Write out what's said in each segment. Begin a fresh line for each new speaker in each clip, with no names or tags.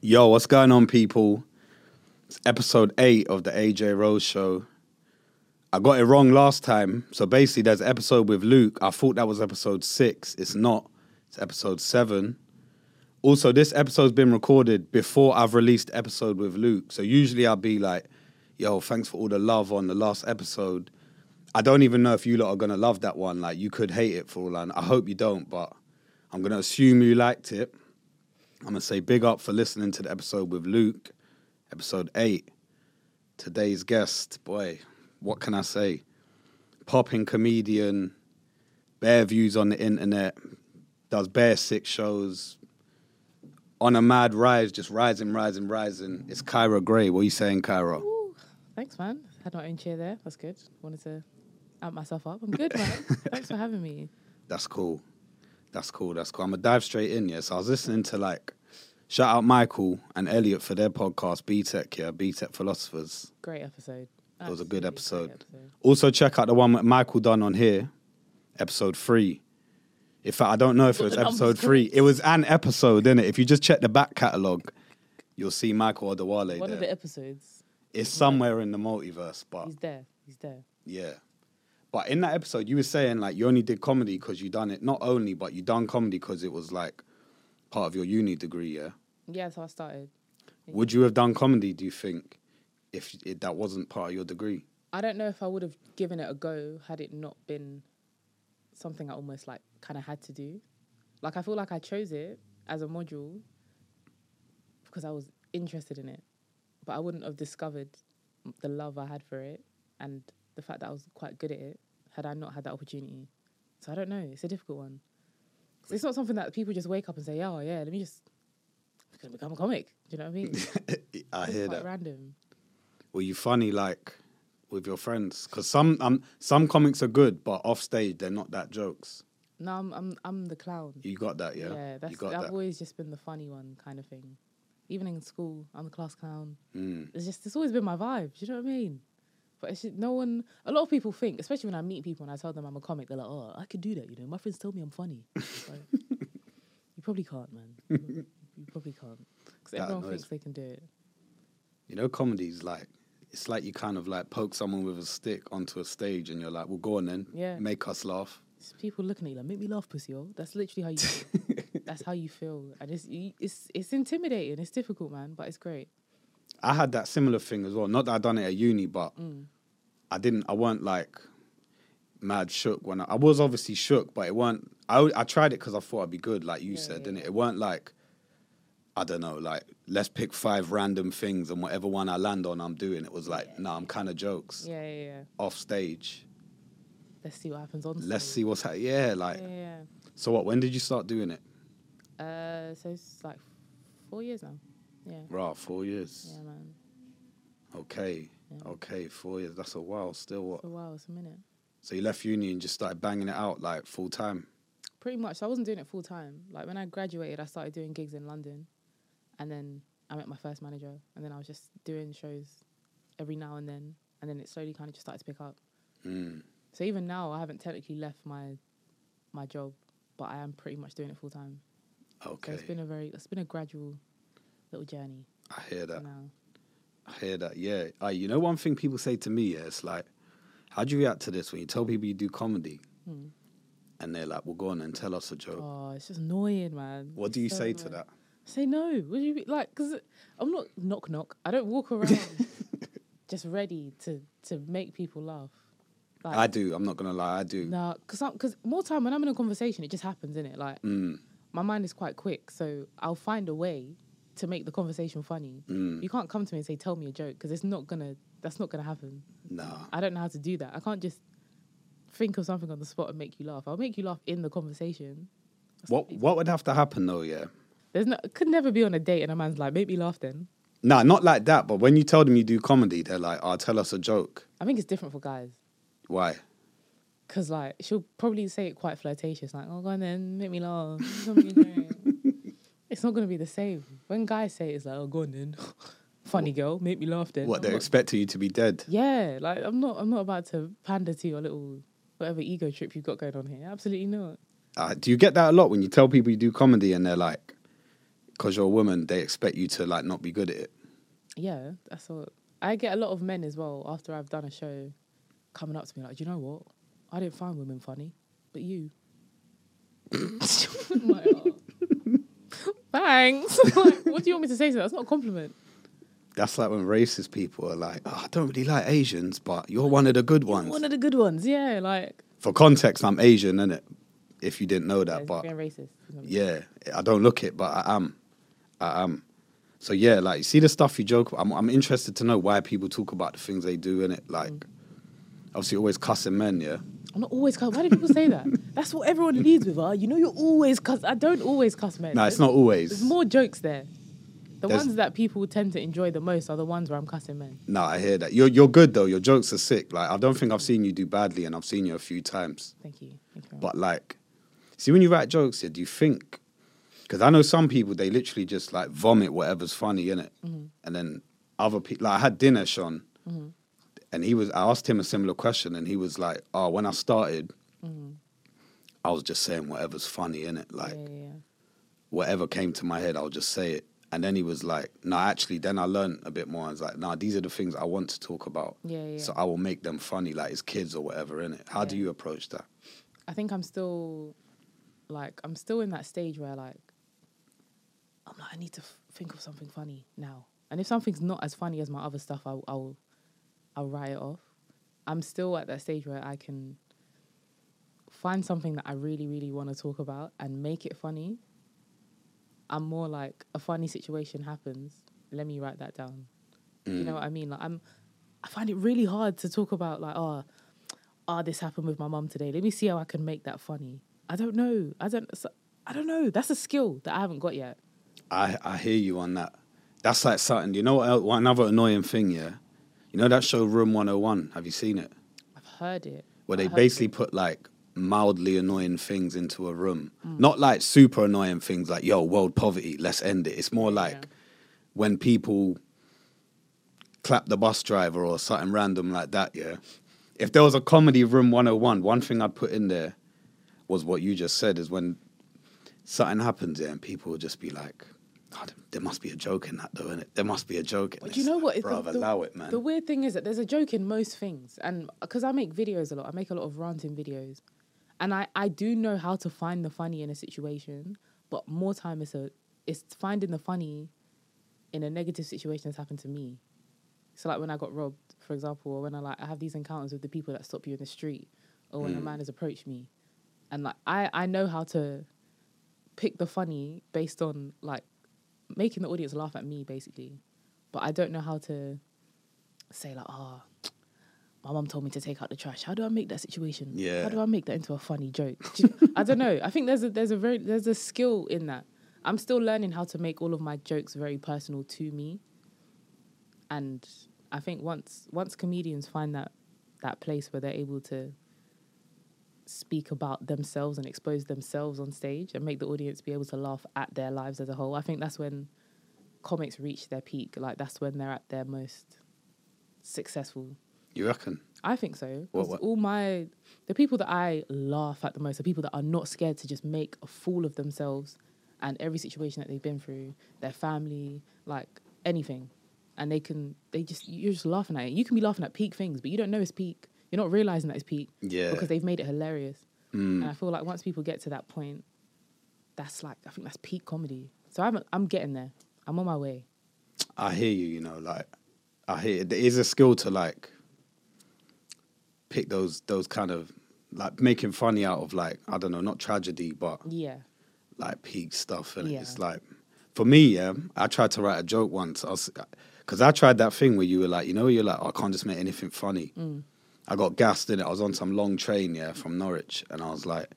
Yo, what's going on, people? It's episode eight of the AJ Rose Show. I got it wrong last time. So basically, there's an episode with Luke. I thought that was episode six. It's not, it's episode seven. Also, this episode's been recorded before I've released episode with Luke. So usually I'll be like, yo, thanks for all the love on the last episode. I don't even know if you lot are going to love that one. Like, you could hate it for all I know. I hope you don't, but I'm going to assume you liked it. I'm going to say big up for listening to the episode with Luke, episode eight. Today's guest, boy, what can I say? Popping comedian, bare views on the internet, does bare sick shows, on a mad rise, just rising, rising, rising. It's Kyra Gray. What are you saying, Kyra?
Ooh, thanks, man. Had my own chair there. That's good. Wanted to amp myself up. I'm good, man. thanks for having me.
That's cool. That's cool. That's cool. I'm gonna dive straight in. Yeah. So I was listening to like, shout out Michael and Elliot for their podcast B Tech. Yeah, B Tech Philosophers.
Great episode.
It was a good
Absolutely
episode.
great
Also check out the one that Michael done on here, episode three. In fact, I don't know if it was
the numbers
episode three. It was an episode, innit? If you just check the back catalogue, you'll see Michael Adewale
One
there.
of the episodes.
it's somewhere in the multiverse, but
He's there. He's there.
yeah. But in that episode, you were saying like you only did comedy because you done it not only, but you done comedy because it was like part of your uni degree. Yeah.
Yeah, that's how I started.
Would you have done comedy? Do you think if it, that wasn't part of your degree?
I don't know if I would have given it a go had it not been something I almost like kind of had to do. Like I feel like I chose it as a module because I was interested in it, but I wouldn't have discovered the love I had for it and the fact that I was quite good at it had I not had that opportunity. So I don't know. It's a difficult one. 'Cause it's not something that people just wake up and say, "Oh yeah, let me just I'm gonna become a comic." Do you know what I mean?
I
It's
hear
quite
that.
Random.
Were you funny like with your friends? Because some um, some comics are good, but off stage they're not that jokes.
No, I'm I'm I'm the clown.
You got that, yeah.
Yeah,
you
that's
got
I've
that.
always just been the funny one kind of thing. Even in school, I'm the class clown.
Mm.
It's just it's always been my vibe. Do you know what I mean? But it's just, no one. A lot of people think, especially when I meet people and I tell them I'm a comic, they're like, "Oh, I could do that." You know, my friends tell me I'm funny. It's like, you probably can't, man. You you probably can't because
That
everyone
annoys
thinks they can do it.
You know, comedy's like it's like you kind of like poke someone with a stick onto a stage, and you're like, "Well, go on then,
Yeah.
make us laugh."
It's people looking at you like, "Make me laugh, pussy." Oh, that's literally how you. Feel. that's how you feel, and it's you- it's it's intimidating. It's difficult, man, but it's great.
I had that similar thing as well. Not that I done it at uni, but
Mm.
I didn't. I weren't like mad shook when I, I was obviously shook, but it weren't. I I tried it because I thought I'd be good, like you
Yeah,
said,
yeah,
didn't it? It weren't like I don't know, like let's pick five random things and whatever one I land on, I'm doing. It was like, nah, I'm kind of jokes
Yeah, yeah, yeah.
off stage.
Let's see what happens on.
Let's
stage.
see what's happening. Yeah, like
Yeah, yeah.
so. What? When did you start doing it?
yeah. Uh, so it's like four years now. Yeah.
Right, four years.
Yeah, man.
Okay,
Yeah.
okay, four years. That's a while. Still, what?
For a while, it's a minute.
So you left uni and just started banging it out like full time.
Pretty much. So I wasn't doing it full time. Like when I graduated, I started doing gigs in London, and then I met my first manager, and then I was just doing shows every now and then, and then it slowly kind of just started to pick up.
Mm.
So even now, I haven't technically left my my job, but I am pretty much doing it full time. So
Okay,
it's been a very it's been a gradual little journey
I hear that.
for now.
I hear that. Yeah. Uh, you know, one thing people say to me, yeah, it's like, how do you react to this when you tell people you do comedy, and they're like, "Well, go on and tell us a joke."
Hmm. Oh, it's just annoying, man.
what
It's
do you
so
say to
annoying.
that?
Say no. Would you be like? Because I'm not knock knock. I don't walk around just ready to to make people laugh. Like,
I do. I'm not gonna lie. I do.
Nah, because because more time when I'm in a conversation, it just happens, innit? Like
Mm.
my mind is quite quick, so I'll find a way to make the conversation funny.
Mm.
You can't come to me and say, "Tell me a joke," because it's not gonna. That's not gonna happen.
Nah.
I don't know how to do that. I can't just think of something on the spot and make you laugh. I'll make you laugh in the conversation.
What What would have to happen though? Yeah.
There's no could never be on a date and a man's like, "Make me laugh." Then
Nah, not like that. But when you tell them you do comedy, they're like, "Oh, tell us a joke."
I think it's different for guys.
Why?
Cause like she'll probably say it quite flirtatious, like, "Oh, go on then, make me laugh." Tell me you're doing." it's not gonna be the same. When guys say it, it's like, "Oh, go on then, funny girl, make me laugh then."
What
I'm
they're
not-
expecting you to be dead?
yeah, like I'm not, I'm not about to pander to your little whatever ego trip you've got going on here. Absolutely not.
Ah, Uh, do you get that a lot when you tell people you do comedy and they're like, because you're a woman, they expect you to like not be good at it.
Yeah, that's all. I get a lot of men as well after I've done a show coming up to me like, do you know what? I didn't find women funny, but you. I'm like, "Oh." Thanks. Like, what do you want me to say to that? That's not a compliment.
That's like when racist people are like, oh, I don't really like Asians, but you're one of the good ones.
One of the good ones, yeah. Like,
For context, I'm Asian, innit? If you didn't know that,
yeah,
but
being racist.
yeah, I don't look it, but I am. I am. So yeah, like see the stuff you joke about. I'm, I'm interested to know why people talk about the things they do in it.
Mm.
Like, obviously, always cussing men. Yeah,
I'm not always cuss. Why do people say that? That's what everyone leads with. Ah, you know, you're always cuss. I don't always cuss men.
no, it's not always.
There's more jokes there. The
There's-
ones that people tend to enjoy the most are the ones where I'm cussing men.
No, I hear that. You're you're good though. Your jokes are sick. Like I don't think I've seen you do badly, and I've seen you a few times.
Thank you. Thank you very much.
But like, see, when you write jokes, yeah, do you think? Because I know some people they literally just like vomit whatever's funny in it,
Mm-hmm.
and then other people. Like I had dinner, Sean, and he was. I asked him a similar question, and he was like, "Oh, when I started, I was just saying whatever's funny in it, like."
Mm-hmm. yeah, yeah, yeah.
whatever came to my head, I'll just say it. And then he was like, no, actually, then I learned a bit more. I was like, no, these are the things I want to talk about.
Yeah, yeah,
So
yeah.
I will make them funny, like it's kids or whatever, in it. How do
Yeah.
you approach that?
I think I'm still, like, I'm still in that stage where, like, I'm like, I need to f- think of something funny now. And if something's not as funny as my other stuff, I'll, I'll, I'll write it off. I'm still at that stage where I can find something that I really, really want to talk about and make it funny. I'm more like a funny situation happens. Let me write that down. You know what I mean? Like I'm, I find it really hard to talk about like, oh, ah, this happened with my mum today. Let me see how I can make that funny. I don't know. I don't. so- I don't know. That's a skill that I haven't got yet.
I, I hear you on that. That's like something, you know what, el- what another annoying thing, yeah? You know that show Room 101? Have you seen it?
I've heard it.
Where they
I heard
basically
it.
put like mildly annoying things into a room. Not like super annoying things like, yo, world poverty, let's end it. It's more like when people clap the bus driver or something random like that, yeah. If there was a comedy room 101, one thing I'd put in there was what you just said is when something happens there and people will just be like, "Oh, there- there must be a joke in that though, innit? There must be a joke in
But
this.
you know what? It's
Bruv, allow it, man.
The weird thing is that there's a joke in most things, and because I make videos a lot, I make a lot of ranting videos, and I I do know how to find the funny in a situation, but more time it's a it's finding the funny in a negative situation that's happened to me. So like when I got robbed, for example, or when I like I have these encounters with the people that stop you in the street, or
Mm.
when a man has approached me, and like I I know how to pick the funny based on like making the audience laugh at me basically, but I don't know how to say like ah. My mum told me to take out the trash. How do I make that situation?
Yeah.
How do I make that into a funny joke? Do you- I don't know. I think there's a there's a very there's a skill in that. I'm still learning how to make all of my jokes very personal to me and I think once once comedians find that that place where they're able to speak about themselves and expose themselves on stage and make the audience be able to laugh at their lives as a whole, I think that's when comics reach their peak. Like that's when they're at their most successful.
you reckon?
I think so.
What-
'cause
what-
All my the people that I laugh at the most are people that are not scared to just make a fool of themselves and every situation that they've been through, their family, like anything. And they can they just you're just laughing at it. You can be laughing at peak things, but you don't know it's peak. You're not realizing that it's peak.
Yeah. Mm.
Because they've made it hilarious. And I feel like once people get to that point, that's like I think that's peak comedy. So I'm I'm getting there. I'm on my way.
I hear you, you know, like I hear it is a skill to like pick those those kind of like making funny out of like, I don't know, not tragedy, but
Yeah.
like peak stuff and
Yeah.
it's like for me yeah i tried to write a joke once i was because i tried that thing where you were like you know you're like "Oh, i can't just make anything funny
Mm.
i got gassed in it i was on some long train yeah from norwich and i was like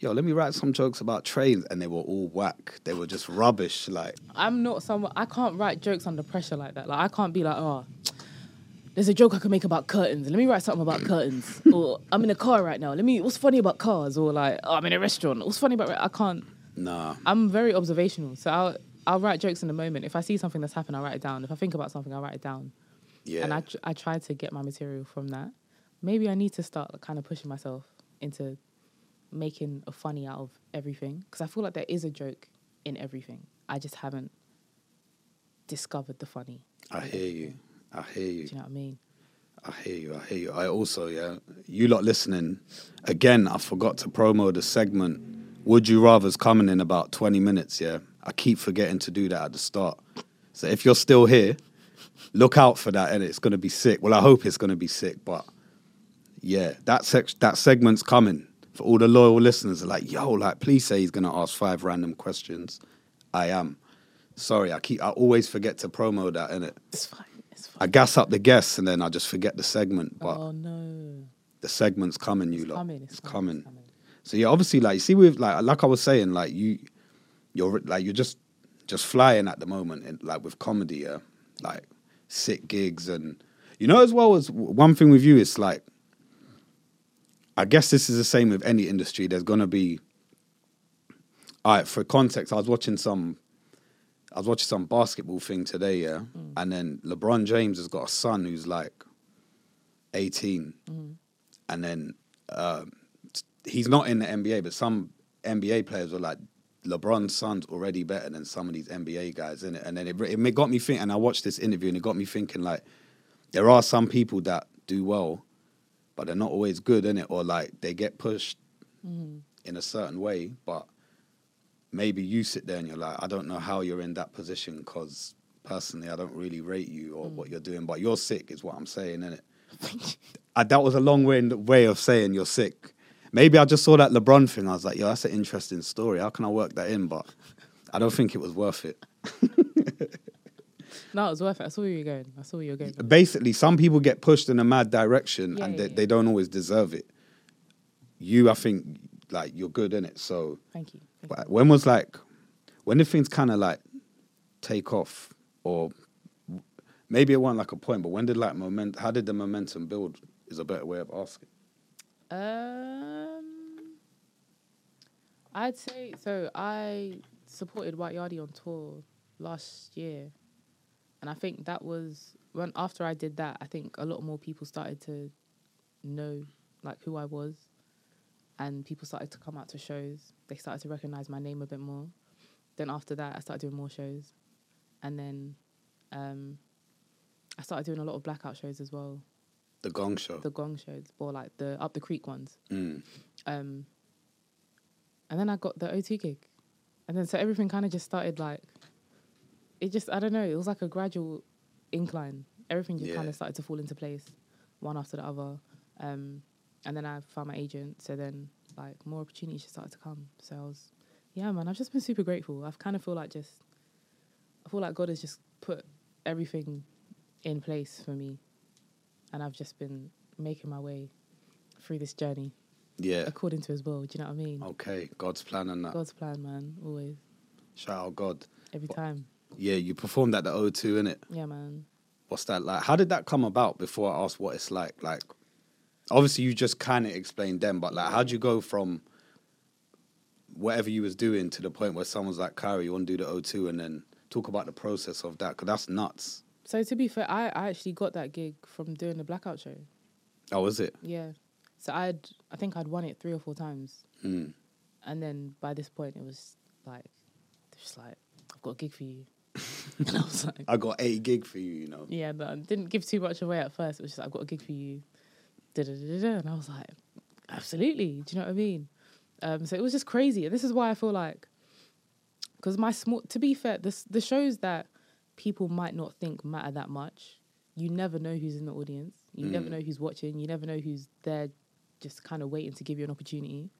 yo let me write some jokes about trains and they were all whack they were just rubbish like
I'm not someone. I can't write jokes under pressure like that. Like I can't be like, oh, there's a joke I can make about curtains. Let me write something about curtains. Or I'm in a car right now. Let me. What's funny about cars? Or like, oh, I'm in a restaurant. What's funny about? I can't.
nah
I'm very observational, so I'll I'll write jokes in the moment. If I see something that's happened, I'll write it down. If I think about something, I'll write it down.
yeah
And I tr- I try to get my material from that. Maybe I need to start kind of pushing myself into making a funny out of everything because I feel like there is a joke in everything. I just haven't discovered the funny.
I hear you. I hear
Do
you.
you know what I mean?
I hear you. I hear you. I also, yeah, you lot listening, again, I forgot to promo the segment. Would you rather's coming in about 20 minutes, yeah? I keep forgetting to do that at the start. So if you're still here, look out for that, and it's going to be sick. Well, I hope it's going to be sick, but yeah, that, sec- that segment's coming. For all the loyal listeners, are like, yo, like, please say he's going to ask five random questions. I am. Sorry, I keep, I always forget to promo that, innit?
It's fine. It's fine.
I gas up the guests and then I just forget the segment, but
oh no.
the segment's coming, you lot.
coming, it's
it's
coming,
coming.
it's coming.
So yeah, obviously, like you see, with like like I was saying, like you, you're like you're just just flying at the moment, and like with comedy, yeah, like sick gigs, and you know as well as one thing with you, it's like, I guess this is the same with any industry. There's gonna be, all right, for context, I was watching some. I was watching some basketball thing today, yeah, and then LeBron James has got a son who's like 18 and then um, t- he's not in the NBA, but some NBA players were like, LeBron's son's already better than some of these NBA guys in it, and then it, re- it ma- got me thinking. And I watched this interview, and it got me thinking like, there are some people that do well, but they're not always good in it, or like they get pushed in a certain way. But maybe you sit there and you're like, I don't know how you're in that position because personally, I don't really rate you or what you're doing. But you're sick, is what I'm saying, in it. I, that was a long way, way of saying you're sick. Maybe I just saw that LeBron thing. I was like, yo, that's an interesting story. How can I work that in? But I don't think it was worth it.
No, it was worth it. I saw where you were going. I saw where you were going.
Basically, some people get pushed in a mad direction
Yeah,
and
yeah,
they,
yeah.
they don't always deserve it. You, I think, like, you're good in it. So
Thank you. Thank you.
But when was like when did things kind of like take off or w- maybe it wasn't like a point but when did like moment how did the momentum build is a better way of asking
Um, I'd say so. I supported White Yardie on tour last year, and I think that was when after I did that, I think a lot more people started to know like who I was, and people started to come out to shows. They started to recognize my name a bit more. Then after that, I started doing more shows, and then um, I started doing a lot of blackout shows as well.
the gong show
The Gong shows, or like the Up the Creek ones.
Mm.
Um, and then I got the OT gig. And then so everything kind of just started like, it just, I don't know, it was like a gradual incline. Everything just
Yeah.
kind of started to fall into place, one after the other. Um, and then I found my agent. So then, like, more opportunities just started to come. So I was, yeah, man, I've just been super grateful. I've kind of feel like just, I feel like God has just put everything in place for me. And I've just been making my way through this journey
yeah
according to his will. Do you know what I mean?
okay god's plan and that
God's plan, man. Always,
shout out god
every time.
yeah you performed at the o2 in it
Yeah, man.
what's that like how did that come about before i asked what it's like like obviously you just kind of explained them but like how'd you go from whatever you was doing to the point where someone's like Kyrie, you want to do the o2 and then talk about the process of that because that's nuts
So to be fair, I, I actually got that gig from doing the blackout show.
oh is it
Yeah. So I'd I think I'd won it three or four times,
mm.
and then by this point it was like, they're just like I've got a gig for you, and I was like,
i got a gig for you you know
yeah, but I didn't give too much away at first. It was just like, I've got a gig for you, da da da da, and I was like, absolutely. Do you know what I mean? Um, so it was just crazy, and this is why I feel like, because my small, to be fair, this the shows that people might not think matter that much. You never know who's in the audience. You never know who's watching. You never know who's there, just kind of waiting to give you an opportunity,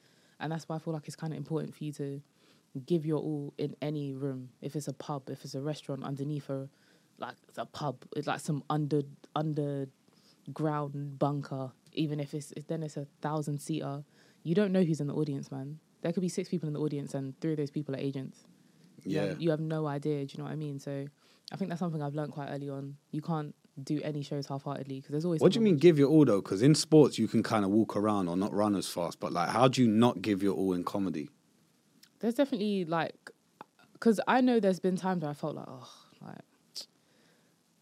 and that's why I feel like it's kind of important for you to give your all in any room. If it's a pub, if it's a restaurant underneath a like it's a pub, it's like some under underground bunker. Even if it's if then it's a thousand seater, you don't know who's in the audience, man. There could be six people in the audience, and three of those people are agents. You
yeah
have- you have no idea. Do you know what I mean? So, I think that's something I've learned quite early on. You can't do any shows half-heartedly because there's always.
what do you
someone
mean give your all though because in sports you can kind of walk around or not run as fast but like how do you not give your all in comedy
There's definitely like, because I know there's been times where I felt like, oh, like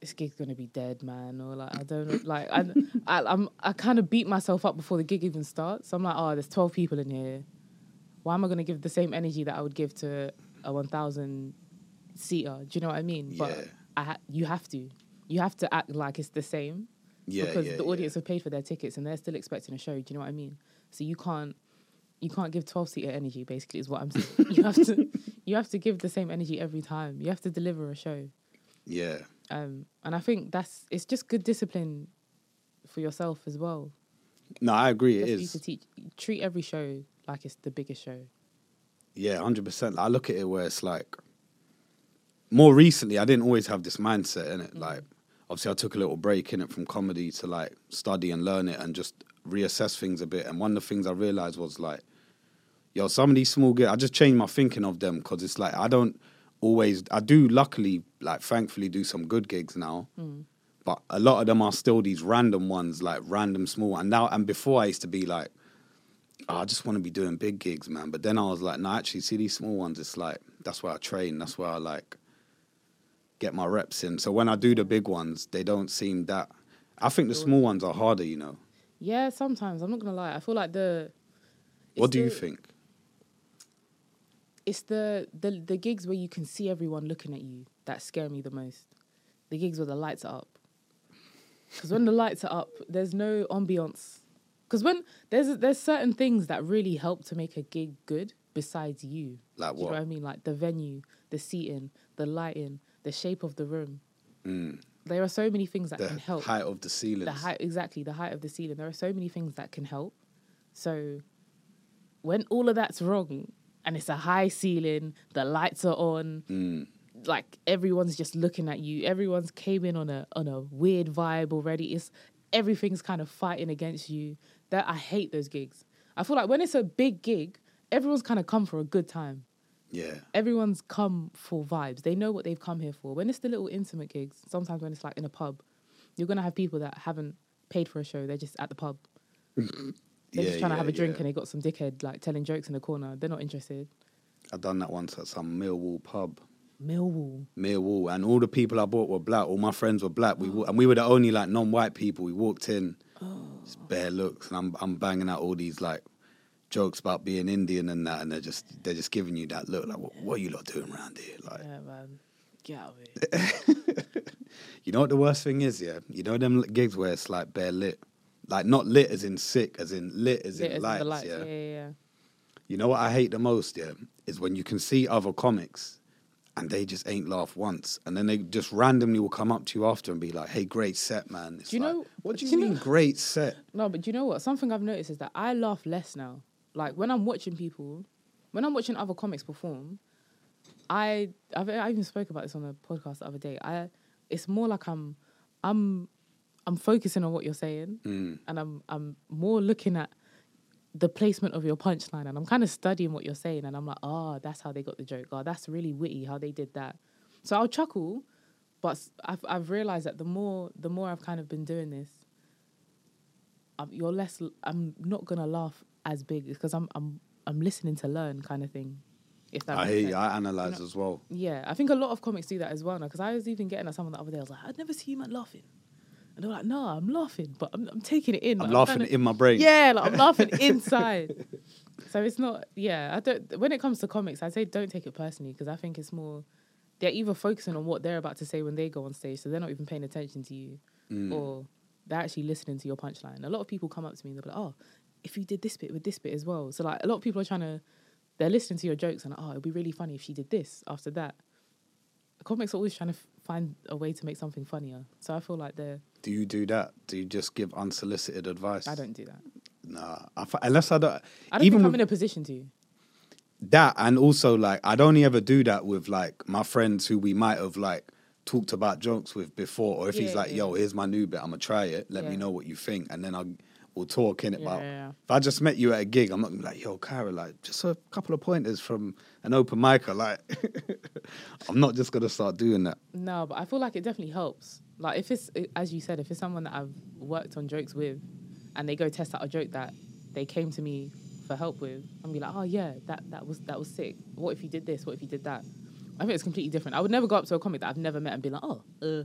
this gig's gonna be dead, man, or like I don't like I, I I'm I kind of beat myself up before the gig even starts. I'm like, oh, there's twelve people in here. Why am I gonna give the same energy that I would give to a one thousand seater. Do you know what I mean?
Yeah.
But I ha- you have to, you have to act like it's the same
Yeah,
because
yeah,
the
yeah.
audience have paid for their tickets and they're still expecting a show. Do you know what I mean? So you can't you can't give twelve seater energy. Basically, is what I'm saying. you have to you have to give the same energy every time. You have to deliver a show,
Yeah,
um, and I think that's it's just good discipline for yourself as well.
no, I agree. It
Just for you to
is.
teach treat every show like it's the biggest show.
Yeah, hundred percent. I look at it where it's like. More recently, I didn't always have this mindset in it. Like, obviously, I took a little break in it from comedy to like study and learn it and just reassess things a bit. And one of the things I realized was like, yo, some of these small gigs, I just changed my thinking of them because it's like I don't always. I do luckily, like, thankfully, do some good gigs now. But a lot of them are still these random ones, like random small. And now, and before I used to be like, "Oh, I just want to be doing big gigs, man. But then I was like, no, actually, see these small ones. It's like that's where I train. That's where I like get my reps in. So when I do the big ones, they don't seem that. I think the small ones are harder, you know.
Yeah, sometimes I'm not gonna lie. I feel like the
what
it's
do you
the-
think?
It's the, the the gigs where you can see everyone looking at you that scare me the most. The gigs where the lights are up. Because when the lights are up, there's no ambiance. Because when there's there's certain things that really help to make a gig good besides you.
Like
Do You know
what?
what I mean? Like the venue, the seating, the lighting, the shape of the room. There are so many things that
Hmm. The
can help.
height of the ceilings.
The height, exactly, the height of the ceiling. There are so many things that can help. So when all of that's wrong and it's a high ceiling, the lights are on, like everyone's just looking at you. Everyone's came in on a on a weird vibe already. It's everything's kind of fighting against you. That I hate those gigs. I feel like when it's a big gig, everyone's kind of come for a good time
Yeah,
everyone's come for vibes. They know what they've come here for. When it's the little intimate gigs, sometimes when it's like in a pub, you're gonna have people that haven't paid for a show. They're just at the pub. They're
Yeah,
just trying
yeah,
to have a drink
yeah.
and they got some dickhead like telling jokes in the corner. They're not interested.
I done that once at some Millwall pub.
Millwall.
Millwall, and all the people I bought were black. All my friends were black. We wa- and we were the only like non-white people. We walked in, just bare looks, and I'm I'm banging out all these like jokes about being Indian and that, and they're just they're just giving you that look like, what, what are you lot doing around here? Like,
Yeah, man. Get out of it.
you know what the worst thing is, yeah, you know them gigs where it's like bare lit, like not lit as in sick, as in lit as
Lit
in
as
lights,
the lights. Yeah,
yeah.
yeah, yeah.
You know what I hate the most, yeah, is when you can see other comics and they just ain't laugh once, and then they just randomly will come up to you after and be like, "Hey, great set, man." It's
Do you
like,
know-
what do
do
you,
you know-
mean, great set?
No, but you know what? Something I've noticed is that I laugh less now. Like when I'm watching people, when I'm watching other comics perform, I I've, I even spoke about this on a podcast the other day. I it's more like I'm I'm I'm focusing on what you're saying,
Mm.
and I'm I'm more looking at the placement of your punchline, and I'm kind of studying what you're saying, and I'm like, ah, that's how they got the joke. Oh, that's really witty how they did that. So I'll chuckle, but s- I've I've realized that the more the more I've kind of been doing this, I'm, you're less. l- I'm not gonna laugh as big because I'm I'm I'm listening to learn kind of thing. If that
I
makes
hear you.
sense.
I analyze as well.
Yeah, I think a lot of comics do that as well now. Because I was even getting at someone the other day. I was like, I'd never see you man laughing, and they were like, No, I'm laughing, but I'm, I'm taking it in.
I'm
like,
laughing
kinda-
in my brain.
Yeah, like I'm laughing inside. So it's not. Yeah, I don't. When it comes to comics, I say don't take it personally because I think it's more. They're either focusing on what they're about to say when they go on stage, so they're not even paying attention to you,
Mm.
or they're actually listening to your punchline. A lot of people come up to me and they're like, "Oh, if you did this bit with this bit as well." So like a lot of people are trying to. They're listening to your jokes and oh, it'd be really funny if she did this after that comics are always trying to f- find a way to make something funnier. So I feel like they're.
Do you do that? Do you just give unsolicited advice?
I don't do that.
Nah, I fi- unless I don't.
I don't
even
think I'm
with-
in a position to.
that and also like I'd only ever do that with like my friends who we might have like talked about jokes with before, or if he's
Yeah,
like,
yeah.
"Yo, here's my new bit. I'm gonna try it. Let me
Yeah.
know what you think," and then I will talk in it.
Yeah,
about
yeah, yeah.
if I just met you at a gig, I'm not gonna be like, "Yo, Kyra, like just a couple of pointers from an open micer." Like, I'm not just gonna start doing that.
No, but I feel like it definitely helps. Like if it's i- as you said, if it's someone that I've worked on jokes with, and they go test out a joke that they came to me for help with, I'm be like, oh yeah, that that was that was sick. What if you did this? What if you did that? I think it's completely different. I would never go up to a comic that I've never met and be like, oh, uh,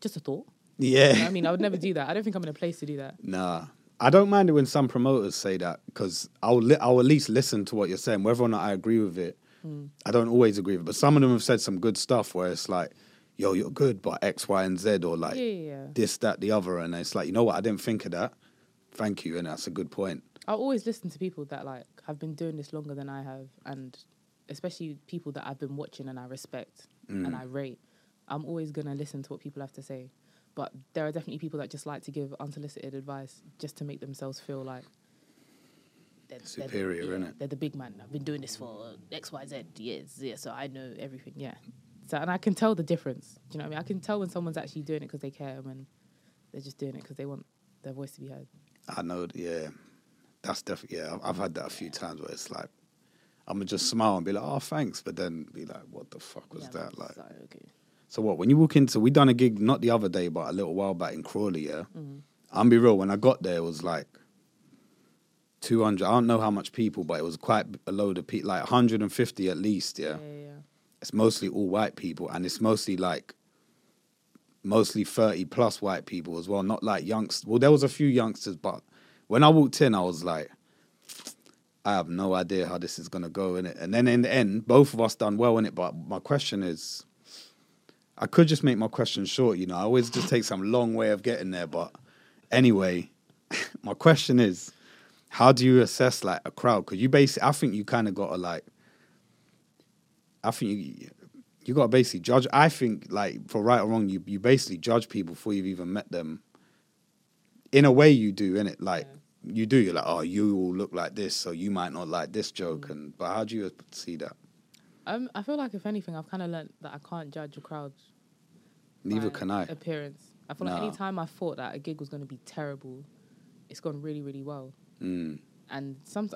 just a thought.
Yeah,
You know what I mean, I would never do that. I don't think I'm in a place to do that.
Nah, I don't mind it when some promoters say that because I'll li- I'll at least listen to what you're saying, whether or not I agree with it.
Hmm.
I don't always agree with, but some of them have said some good stuff where it's like, yo, you're good, but X, Y, and Z, or like
Yeah, yeah, yeah.
this, that, the other, and it's like, you know what? I didn't think of that. Thank you, and that's a good point.
I always listen to people that like have been doing this longer than I have, and especially people that I've been watching and I respect
Mm.
and I rate. I'm always gonna listen to what people have to say, but there are definitely people that just like to give unsolicited advice just to make themselves feel like they're, they're the-
Superior,
yeah,
innit?
They're the big man. I've been doing this for X, Y, Z years. Yeah, so I know everything. Yeah. So and I can tell the difference. Do you know what I mean? I can tell when someone's actually doing it because they care and when they're just doing it because they want their voice to be heard.
I know, yeah, that's definitely, yeah, I've, I've had that a few times where it's like, I'm gonna just smile and be like, oh, thanks, but then be like, what the fuck was
Yeah,
that?
but
Like,
it's okay.
So what? When you walk into, we done a gig not the other day, but a little while back in Crawley. Yeah, I'm be real. When I got there, it was like 200. I don't know how much people, but it was quite a load of people, like 150 at least. Yeah,
yeah, yeah. yeah.
it's mostly all white people, and it's mostly like mostly 30 plus white people as well. Not like youngsters. Well, there was a few youngsters, but when I walked in, I was like. I have no idea how this is gonna go in it, and then in the end, both of us done well in it. But my question is, I could just make my question short, you know. I always just take some long way of getting there, but anyway, my question is, how do you assess like a crowd? Because you basically, I think you kind of gotta like, I think you you gotta basically judge. I think like for right or wrong, you you basically judge people before you've even met them. In a way, you do, innit? Like you do. You're like, oh, you all look like this, so you might not like this
Mm.
joke. And but how do you see that?
Um, I feel like if anything, I've kind of learnt that I can't judge a crowd.
Neither
by
can I.
Appearance. I feel like
No.
any time I thought that a gig was going to be terrible, it's gone really, really well.
Mm.
And some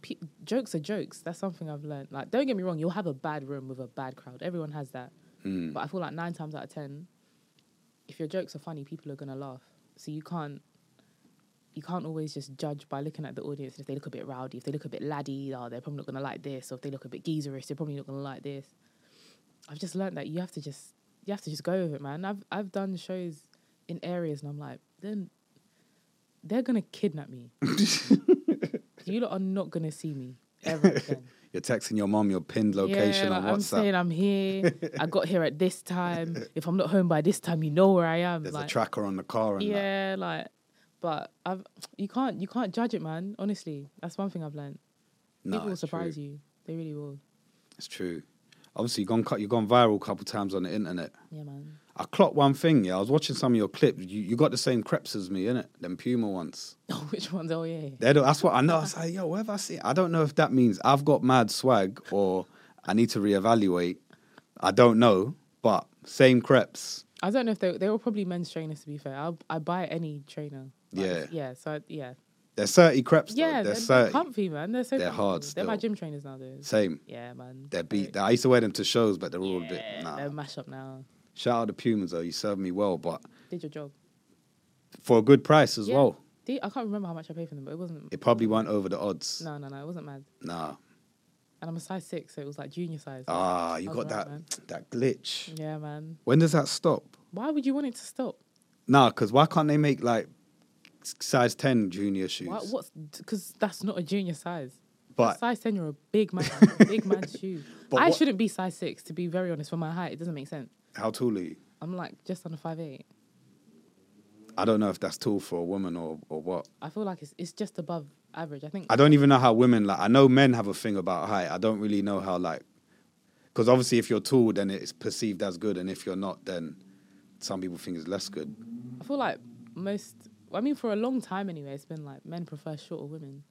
pe- jokes are jokes. That's something I've learned. Like, don't get me wrong, you'll have a bad room with a bad crowd. Everyone has that.
Mm.
But I feel like nine times out of ten, if your jokes are funny, people are gonna laugh. So you can't you can't always just judge by looking at the audience. If they look a bit rowdy, if they look a bit laddie, oh, they're probably not gonna like this. Or if they look a bit geezerish, they're probably not gonna like this. I've just learned that you have to just you have to just go with it, man. I've I've done shows in areas and I'm like, then they're gonna kidnap me. you lot are not gonna see me ever again.
You're texting your mom your pinned location
Yeah,
on
like, I'm
WhatsApp.
saying I'm here. I got here at this time. If I'm not home by this time, you know where I am.
There's
like,
a tracker on the car and that.
yeah, like, but I've you can't you can't judge it, man. Honestly, that's one thing I've learned.
No,
People will
it's
surprise
true.
you. They really will.
It's true. Obviously, you've gone, cut- you've gone viral a couple times on the internet.
Yeah, man.
I clocked one thing, yeah. I was watching some of your clips. You, you got the same crepes as me, innit? Them Puma ones.
Oh, which ones? Oh yeah.
They're the, that's what I know. I was like, yo, where have I seen? I don't know if that means I've got mad swag or I need to reevaluate. I don't know, but same crepes.
I don't know if they they were probably men's trainers. To be fair, I I buy any trainer. Like,
Yeah.
Yeah. So I, yeah.
They're 30 crepes, though.
Yeah.
They're
They're,
30.
comfy, man. They're so.
They're
comfy.
hard
They're my
still.
gym trainers now, though.
Same.
Yeah, man.
They're beat.
They're,
I used to wear them to shows, but they're all a bit, nah.
they're mash up now.
Shout out to Pumas, though. You served me well, but
Did your job.
for a good price as
Yeah.
well.
Did- I can't remember how much I paid for them, but it wasn't.
It probably went over the odds.
No, no, no, it wasn't mad.
Nah.
And I'm a size six, so it was like junior size.
Ah, you
I was
got
right,
that
man.
that glitch.
Yeah, man.
When does that stop?
Why would you want it to stop?
Nah, because why can't they make like s- size 10 junior shoes?
Why, what's because that's not a junior size.
But-
a size ten, you're a big man, a big man shoe.
But
I
what-
shouldn't be size six, to be very honest. For my height, it doesn't make sense.
How tall are you?
I'm like just under five eight.
I don't know if that's tall for a woman or, or what.
I feel like it's it's just above average. I think
I don't even know how women like. I know men have a thing about height. I don't really know how like, because obviously if you're tall, then it's perceived as good, and if you're not, then some people think it's less good.
I feel like most. I mean, for a long time anyway, it's been like men prefer shorter women.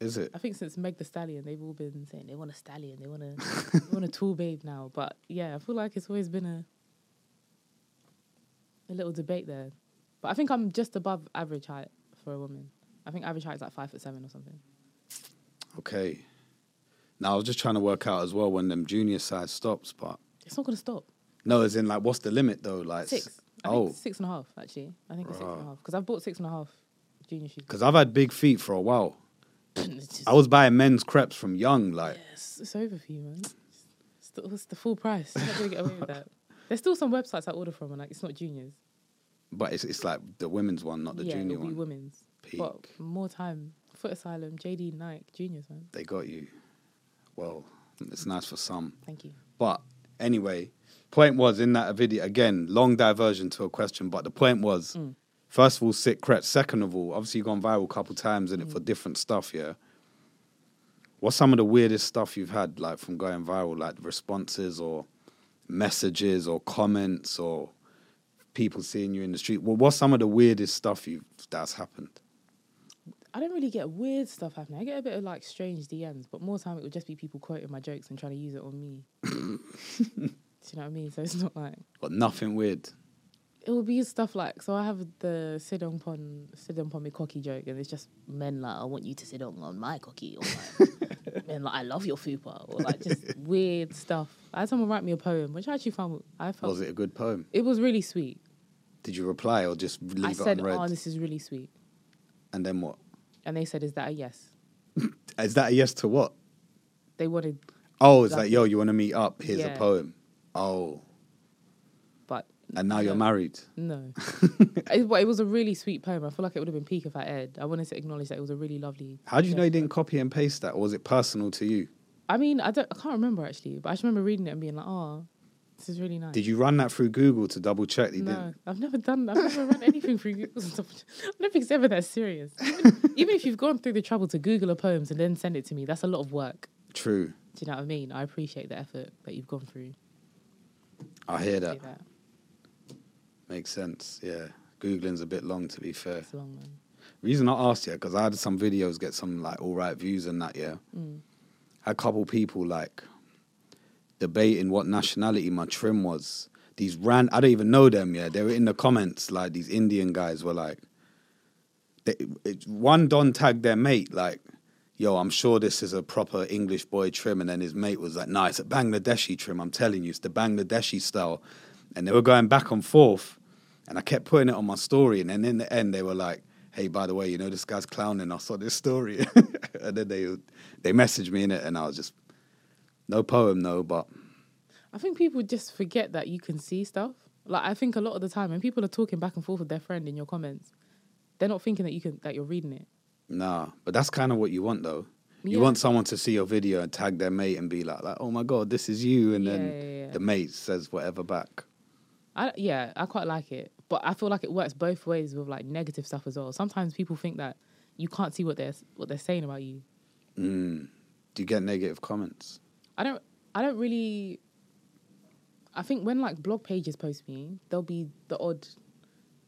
Is it?
I think since Meg the Stallion, they've all been saying they want a stallion, they want a they want a tall babe now. But yeah, I feel like it's always been a a little debate there. But I think I'm just above average height for a woman. I think average height is like five foot seven or something.
Okay. Now I was just trying to work out as well when them junior size stops, but
It's not gonna stop.
no, as in like, what's the limit though? Like
Six. I
oh,
think six and a half actually. I think it's six and a
Bruh.
half because I've bought six and a half junior shoes.
Because I've had big feet for a while.
it's, just,
I was buying men's crepes from young, like
it's, it's over for you, man. It's the, it's the full price. You're not gonna get away with that. There's still some websites I order from and like it's not juniors.
but it's it's like the women's one, not the
yeah,
junior
it'll be
one.
women's. But
Peak.
more time. Foot Asylum, JD Nike, juniors, man.
They got you. Well, It's nice for some.
Thank you.
But anyway, point was in that video again, long diversion to a question, but the point was
Mm.
first of all, sit correct. Second of all, obviously you've gone viral a couple times in it
Mm.
for different stuff, yeah. What's some of the weirdest stuff you've had like from going viral, like responses or messages or comments or people seeing you in the street? Well, what's some of the weirdest stuff you've that's happened?
I don't really get weird stuff happening. I get a bit of like strange DMs, but more time it would just be people quoting my jokes and trying to use it on me. Do you know what I mean? So it's not like
But nothing weird.
it would be stuff like so I have the sit on pon sit on pon me cocky joke and it's just men like I want you to sit on on my cocky or like men like I love your fupa or like just weird stuff. I had someone write me a poem, which I actually found I felt
Was it a good poem?
it was really sweet.
Did you reply or just leave
I
it
said,
unread?
"Oh, this is really sweet,"
and then what?
and they said, "Is that a yes?"
Is that a yes to what?
They wanted,
Oh, it's
Like-
like, yo, you want to meet up? Here's
Yeah.
a poem. Oh,
but
and now you're
No.
married.
No. it, but it was a really sweet poem. I feel like it would have been peak if I aired. I wanted to acknowledge that it was a really lovely.
How do you know you
gesture.
didn't copy and paste that? Or was it personal to you?
I mean, I don't. I can't remember actually, but I just remember reading it and being like, "Oh, this is really nice."
Did you run that through Google to double check that you
no,
didn't?
I've never done. I've never run anything through Google. and stuff. I don't think it's ever that serious. Even, even if you've gone through the trouble to Google a poem and then send it to me, that's a lot of work.
True.
Do you know what I mean? I appreciate the effort that you've gone through.
I hear
to
that.
do that.
Makes sense. Yeah. Googling's a bit long to be fair.
It's a long one.
Reason I asked you, because I had some videos get some like all right views and that, yeah. Had a couple people like debating what nationality my trim was. These ran I don't even know them, yeah. They were in the comments, like these Indian guys were like they, it, one Don tagged their mate, like, yo, I'm sure this is a proper English boy trim. And then his mate was like, nah, it's a Bangladeshi trim, I'm telling you, it's the Bangladeshi style. And they were going back and forth. And I kept putting it on my story. And then in the end, they were like, hey, by the way, you know, this guy's clowning us on this story. and then they, they messaged me in it, and I was just, no poem, no, but
I think people just forget that you can see stuff. Like I think a lot of the time when people are talking back and forth with their friend in your comments, they're not thinking that you can that you're reading it.
Nah, but that's kind of what you want, though. You
Yeah.
want someone to see your video and tag their mate and be like, like, "Oh my god, this is you," and then
Yeah, yeah, yeah.
the mate says whatever back.
I yeah, I quite like it, but I feel like it works both ways with like negative stuff as well. Sometimes people think that you can't see what they're what they're saying about you.
Do you get negative comments?
I don't I don't really I think when like blog pages post me, there'll be the odd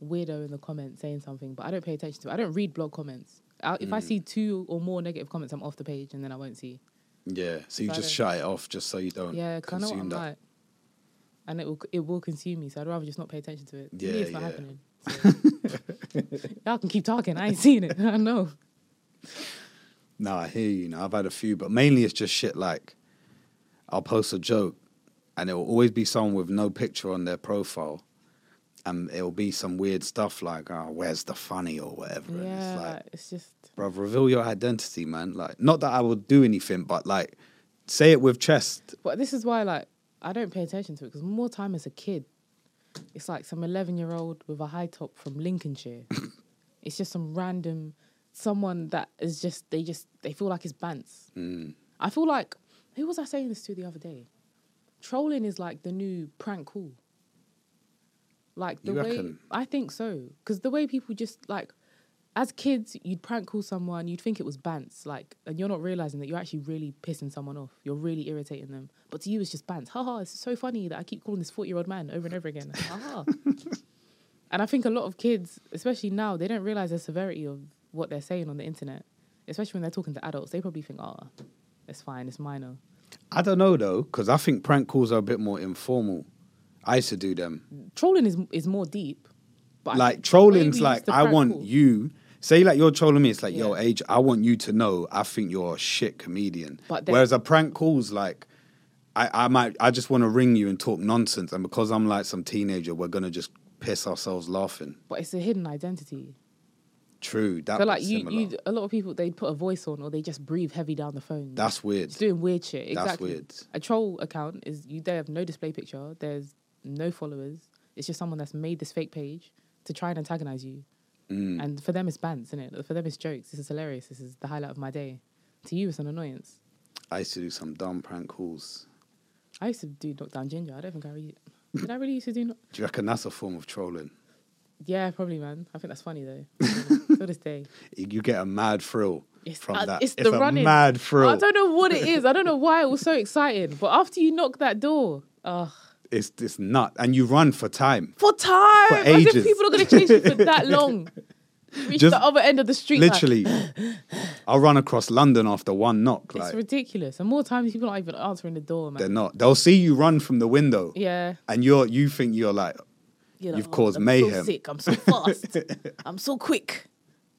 weirdo in the comments saying something, but I don't pay attention to it. I don't read blog comments. I, if I see two or more negative comments, I'm off the page and then I won't see.
Yeah, so you
So I
just
don't-
shut it off, just so you don't
Yeah, because I know
consume
what I'm
that.
like, and it will it will consume me. So I'd rather just not pay attention to it. To me,
Yeah,
it's not
yeah.
happening. So. Y'all can keep talking. I ain't seen it. I know.
No, I hear you. Now I've had a few, but mainly it's just shit like I'll post a joke and it will always be someone with no picture on their profile. And it'll be some weird stuff like, oh, where's the funny or whatever. And
Yeah,
it's like,
like, it's just
bruv, reveal your identity, man. Like, not that I will do anything, but like, say it with chest.
But this is why, like, I don't pay attention to it because more time as a kid, it's like some eleven-year-old with a high top from Lincolnshire. it's just some random someone that is just they just they feel like it's bants.
Mm.
I feel like who was I saying this to the other day? Trolling is like the new prank call. Like the
You
way
reckon?
I think so, because the way people just like. As kids, you'd prank call someone, you'd think it was bants, like, and you're not realizing that you're actually really pissing someone off. You're really irritating them, but to you, it's just bants. Ha ha! It's so funny that I keep calling this forty-year-old man over and over again. Ha ha! And I think a lot of kids, especially now, they don't realize the severity of what they're saying on the internet, especially when they're talking to adults. They probably think, oh, it's fine, it's minor.
I don't know though, because I think prank calls are a bit more informal. I used to do them.
Trolling is is more deep. But I
Like,
think the way we
trolling's
use
like,
the
I
prank
want
call-
you. Say like you're trolling me, it's like, yo,
Yeah.
age, I want you to know I think you're a shit comedian.
But then-
Whereas a prank call's like, I, I might I just want to ring you and talk nonsense. And because I'm like some teenager, we're gonna just piss ourselves laughing.
But it's a hidden identity.
True. That
So like
bit's
you,
similar.
you, a lot of people they put a voice on or they just breathe heavy down the phone.
That's weird.
It's doing weird shit.
That's
Exactly.
weird.
A troll account is you. They have no display picture. There's no followers. It's just someone that's made this fake page to try and antagonize you.
Mm.
And for them, it's bants, isn't it? For them, it's jokes. This is hilarious. This is the highlight of my day. To you, it's an annoyance.
I used to do some dumb prank calls.
I used to do knock down ginger. I don't think I really did. I really used to do. Knock-
Do you reckon that's a form of trolling?
yeah, probably, man. I think that's funny though. Till this day,
You get a mad thrill
It's-
from
uh,
that.
it's
It's,
the
a
running.
mad thrill.
I don't know what it is. I don't know why it was so exciting. But after you knock that door, ugh.
It's it's nut, and you run for time.
for time.
For
As if
ages.
people are going to chase you for that long. Reach
Just
the other end of the street. like,
Literally, I'll run across London after one knock.
it's
Like
ridiculous. And more times people aren't even answering the door, man.
they're not. They'll see you run from the window,
yeah.
and you're you think you're like
You're "Oh,
You've caused
I'm So
mayhem."
sick. I'm so fast. I'm so quick.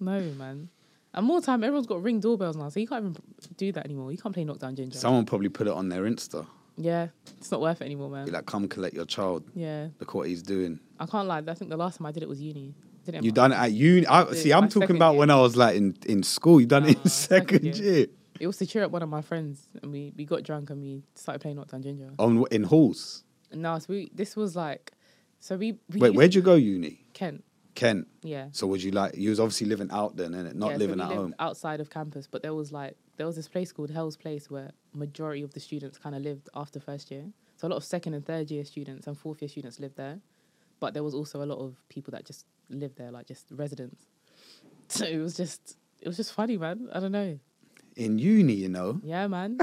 No, man. And more time, everyone's got ring doorbells now, so you can't even do that anymore. You can't play knockdown ginger.
someone probably put it on their Insta.
yeah, it's not worth it anymore, man.
Be like, come collect your child.
yeah,
Look what he's doing.
I can't lie. I think the last time I did it was uni. Didn't
You
I?
done it at uni. I, see,
my
I'm talking
second
about
year.
when I was like in, in school. You done it
Nah,
in
second
second
year.
year.
It was to cheer up one of my friends, and we, we got drunk and we started playing knockdown ginger.
on in halls.
No, so we this was like, so we, we
Wait,
used-
where'd you go uni?
Kent?
Kent.
Yeah,
So would you like? You was obviously living out then, and not
Yeah, so
living
we
at
lived
home.
outside of campus, but there was like there was this place called Hell's Place where majority of the students kind of lived after first year. So a lot of second and third year students and fourth year students lived there, but there was also a lot of people that just lived there, like just residents. So it was just it was just funny, man. I don't know.
In uni, you know.
Yeah, man.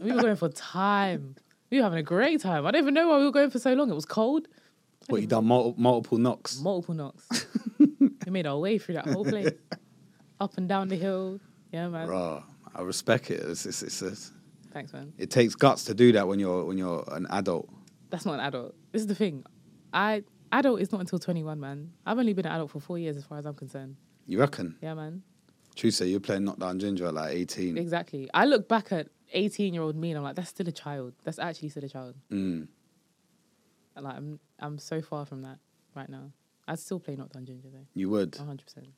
we were going for time. We were having a great time. I don't even know why we were going for so long. It was cold.
What you done? Multiple, multiple knocks.
multiple knocks. we made our way through that whole place, up and down the hill. Yeah, man.
Bruh, I respect it. It's, it's, it's, it's,
Thanks, man.
it takes guts to do that when you're when you're an adult.
That's not an adult. This is the thing. I adult is not until twenty one, man. I've only been an adult for four years, as far as I'm concerned.
You reckon?
Yeah, man.
Truce, you're playing knockdown ginger at like 18.
Exactly. I look back at eighteen year old me, and I'm like, that's still a child. That's actually still a child.
Mm.
And, Like I'm, I'm so far from that right now. I'd still play Knockdown Ginger though,
You would.
one hundred percent.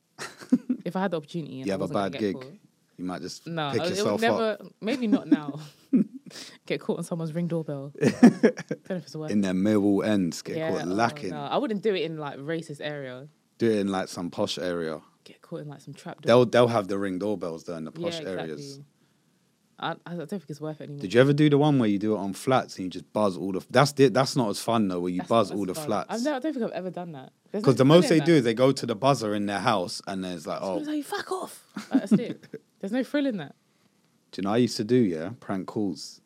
If I had the opportunity, and
you
Oh, I
have a
wasn't gonna
bad
get
gig.
caught.
You might just
No,
pick
I- it
yourself
would never.
up
Maybe not now. get caught on someone's ring doorbell. don't know if it's worth.
in their middle ends, get
Yeah,
caught
oh,
lacking.
no. I wouldn't do it in like racist area.
Do it in like some posh area.
Get caught in like some trap door.
They'll they'll have the ring doorbells there in the posh areas.
exactly. I, I don't think it's worth it anymore.
Did you ever do the one where you do it on flats and you just buzz all the? That's the, that's not as fun though, where you
That's not
buzz
as
all the
fun. I've
flats.
never, I don't think I've ever done that. There's no
Because the
fun
most
in
they
that.
do is they go to the buzzer in their house and there's like, oh,
Someone's like, fuck off. Like, that's it. There's no thrill in that.
Do you know I used to do, yeah? Prank calls.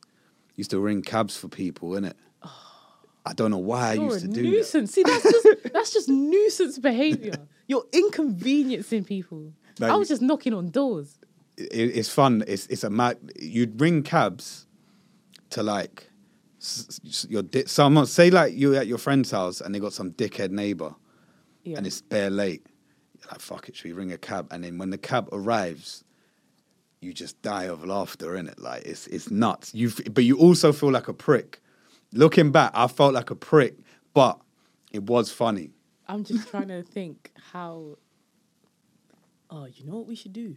Used to ring cabs for people, innit? I don't know why I
You're a
used to do that.
nuisance. See, that's just that's just nuisance behavior. You're inconveniencing people.
No,
I
you-
was just knocking on doors.
It, it's fun. It's it's a mad. You'd ring cabs to like s- s- your di- someone say like you're at your friend's house and they got some dickhead neighbor
Yeah.
and it's bare late. You're like fuck it, should we ring a cab? And then when the cab arrives, you just die of laughter innit? Like it's it's nuts. You f- but you also feel like a prick. Looking back, I felt like a prick, but it was funny.
I'm just trying to think how. Oh, you know what we should do?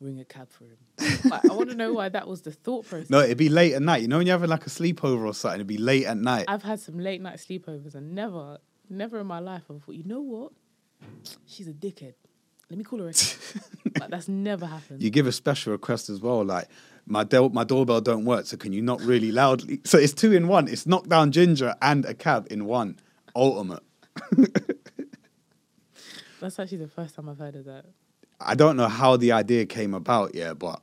Ring a cab for him. like, I want to know why that was the thought process.
No, it'd be late at night. You know when you're having like a sleepover or something, it'd be late at night.
I've had some late night sleepovers and never, never in my life have I thought, you know what? She's a dickhead. Let me call her a cab." Like, that's never happened.
you give a special request as well, like my del- my doorbell don't work, so can you knock really loudly? So it's two in one. It's knock down ginger and a cab in one. Ultimate.
That's actually the first time I've heard of that.
I don't know how the idea came about, yeah, but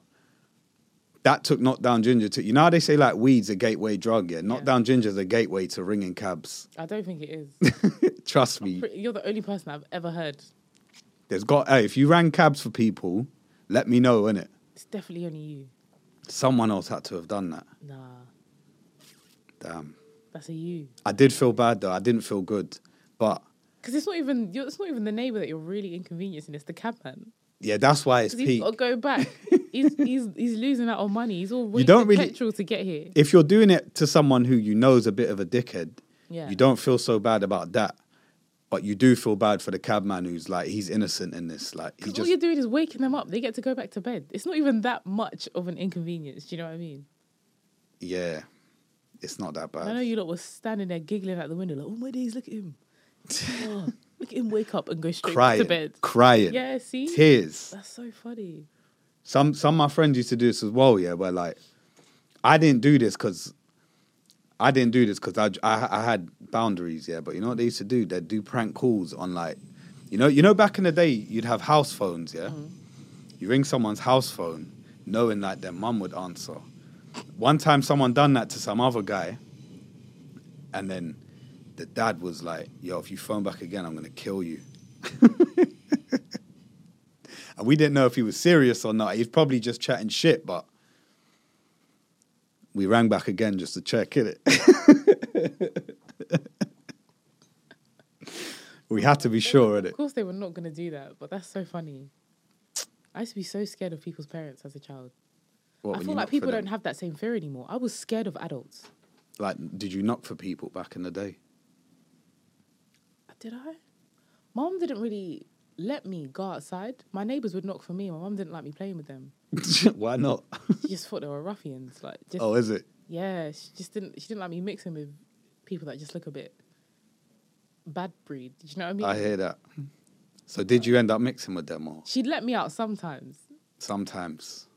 that took knock down ginger to you know how they say like weeds a gateway drug, yeah. Knock
Yeah.
down ginger's a gateway to ringing cabs.
I don't think it is.
Trust me.
Pretty- You're the only person I've ever heard.
There's got hey, if you rang cabs for people, let me know, innit?
It's definitely only you.
Someone else had to have done that.
Nah,
Damn.
that's a you.
I did feel bad though. I didn't feel good. But
Because it's not even you're, it's not even the neighbor that you're really inconveniencing. It's the cabman.
yeah, that's why it's
Because he's
peak.
got to go back. he's, he's he's losing out on money. He's all wasting
don't really-
petrol to get here.
If you're doing it to someone who you know is a bit of a dickhead,
Yeah.
you don't feel so bad about that. But you do feel bad for the cabman who's like he's innocent in this. Like he
'Cause
just
all you're doing is waking them up. They get to go back to bed. It's not even that much of an inconvenience. Do you know what I mean?
yeah, Uh, it's not that
I know
bad.
you lot were standing there giggling at the window like, oh my days, look at him. Oh, look at him wake up and go straight back to
Crying,
bed.
crying,
Yeah, see?
tears.
That's so funny.
Some some of my friends used to do this as well. Yeah, where like I didn't do this because I didn't do this because I, I I had boundaries, yeah. But you know what they used to do? They'd do prank calls on like, you know, you know, back in the day, you'd have house phones, yeah.
Mm.
You ring someone's house phone, knowing that their mum would answer. One time, someone done that to some other guy, and then the dad was like, "Yo, if you phone back again, I'm gonna kill you." and we didn't know if he was serious or not. He was probably just chatting shit, but we rang back again just to check it. we had to be sure of
Of
it.
course, they were not going to do that, but that's so funny. I used to be so scared of people's parents as a child.
What,
I
when you
feel like
knocked for
people
them?
don't have that same fear anymore. I was scared of adults.
Like, did you knock for people back in the day?
Did I? Mom didn't really let me go outside. My neighbors would knock for me. My mom didn't like me playing with them.
Why not?
She just thought they were ruffians. Like, just,
Oh, is it?
yeah, she just didn't. She didn't like me mixing with people that just look a bit bad breed. Do you know what I mean?
I hear that. So, did you end up mixing with them or
She'd let me out sometimes,
sometimes?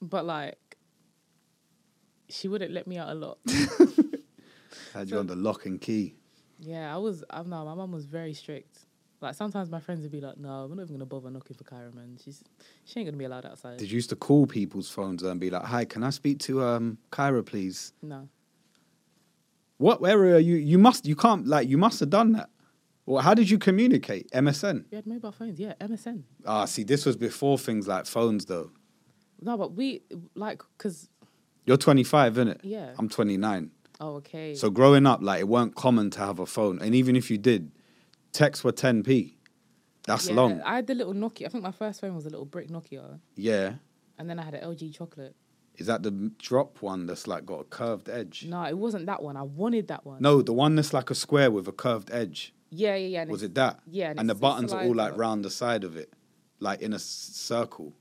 but like, she wouldn't let me out a lot.
Had you
So-
on the lock and key?
Yeah, I was. I'm no, my mum was very strict. Like sometimes my friends would be like, "No, we're not even gonna bother knocking for Kyra, man. She's she ain't gonna be allowed outside."
Did you used to call people's phones and be like, "Hi, can I speak to um Kyra, please?"
no,
What? Where are you? You must. You can't. Like, you must have done that. Well, how did you communicate? MSN.
we had mobile phones. Yeah, MSN.
Ah, see, this was before things like phones, though.
No, but we like because
You're 25, innit?
Yeah.
I'm 29.
oh okay.
So growing up, like, it weren't common to have a phone, and even if you did, texts were 10p. That's
yeah,
long.
I had the little Nokia. I think my first phone was a little brick Nokia,
Yeah.
and then I had an LG chocolate.
Is that the m- drop one that's like got a curved edge?
No, it wasn't that one. I wanted that one.
No, the one that's like a square with a curved edge.
Yeah, yeah, yeah. and
Was
it's-
it that?
yeah,
And,
and
the
it's a
buttons are all like
slider.
round the side of it, like in a s- circle.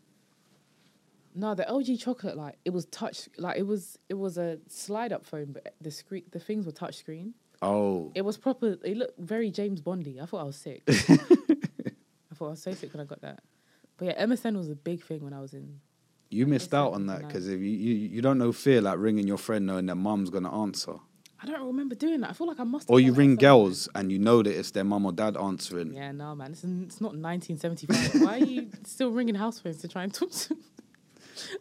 No, the LG chocolate like it was touch like it was it was a slide up phone, but the screen the things were touch screen.
Oh.
It was proper. It looked very James Bondy. I thought I was sick. I thought I was so sick when I got that. But yeah, MSN was a big thing when I was in.
You missed
guess I
out on
didn't
that
know.
because if you, you you don't know fear like ringing your friend knowing their mum's gonna answer,
I don't remember doing that. I feel like I must. have
or you
done that at
ring
some point.
girls and you know that it's their mum or dad answering.
Yeah, no, man. It's, it's not 1975. Why are you still ringing house phones to try and talk to?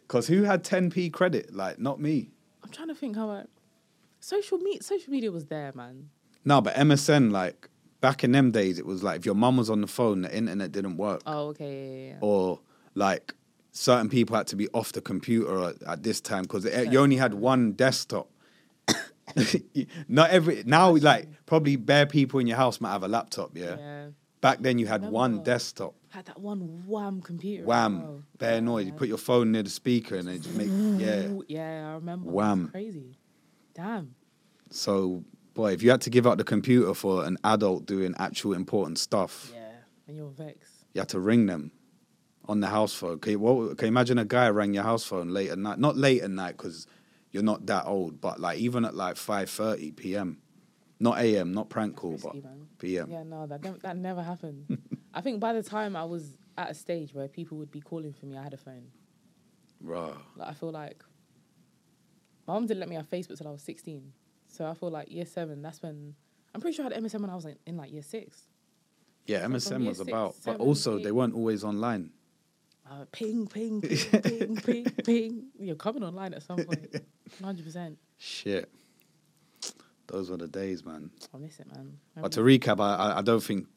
Cause who had 10p credit? Like not me.
I'm trying to think how I. Social media, social media was there, man.
No, but MSN like back in them days, it was like if your mum was on the phone, the internet didn't work,
Oh, okay, yeah, yeah, yeah.
or like certain people had to be off the computer at, at this time because you only had one desktop. Not every now like probably bare people in your house might have a laptop. Yeah,
Yeah.
back then you had one
Remember.
desktop.
Had that one wham computer. as well.
Wham, bare
Yeah,
noise. You
man.
put your phone near the speaker and it just make yeah.
Ooh, yeah, I remember. It was
Wham.
Crazy. Damn.
So boy, if you had to give up the computer for an adult doing actual important stuff,
Yeah. And you're vexed.
you had to ring them on the house phone. Can you, what, can you imagine a guy rang your house phone late at night? Not late at night because you're not that old, but like even at like five thirty p.m. Not a.m. Not prank call, but
risky, man.
p.m.
Yeah, no, that nev- that never happened. I think by the time I was at a stage where people would be calling for me, I had a phone.
Rah.
Like I feel like my mom didn't let me have Facebook till I was sixteen, so I feel like year seven. That's when I'm pretty sure I had MSN when I was in, in like year six.
Yeah, MSN
year
was
six,
about, but
seven,
also
eight.
they weren't always online.
Uh, ping, ping, ping, ping, ping, ping. You're coming online at some point. Hundred percent.
Shit, those were the days, man.
I miss it, man. I
But to
really-
recap, I I- I don't think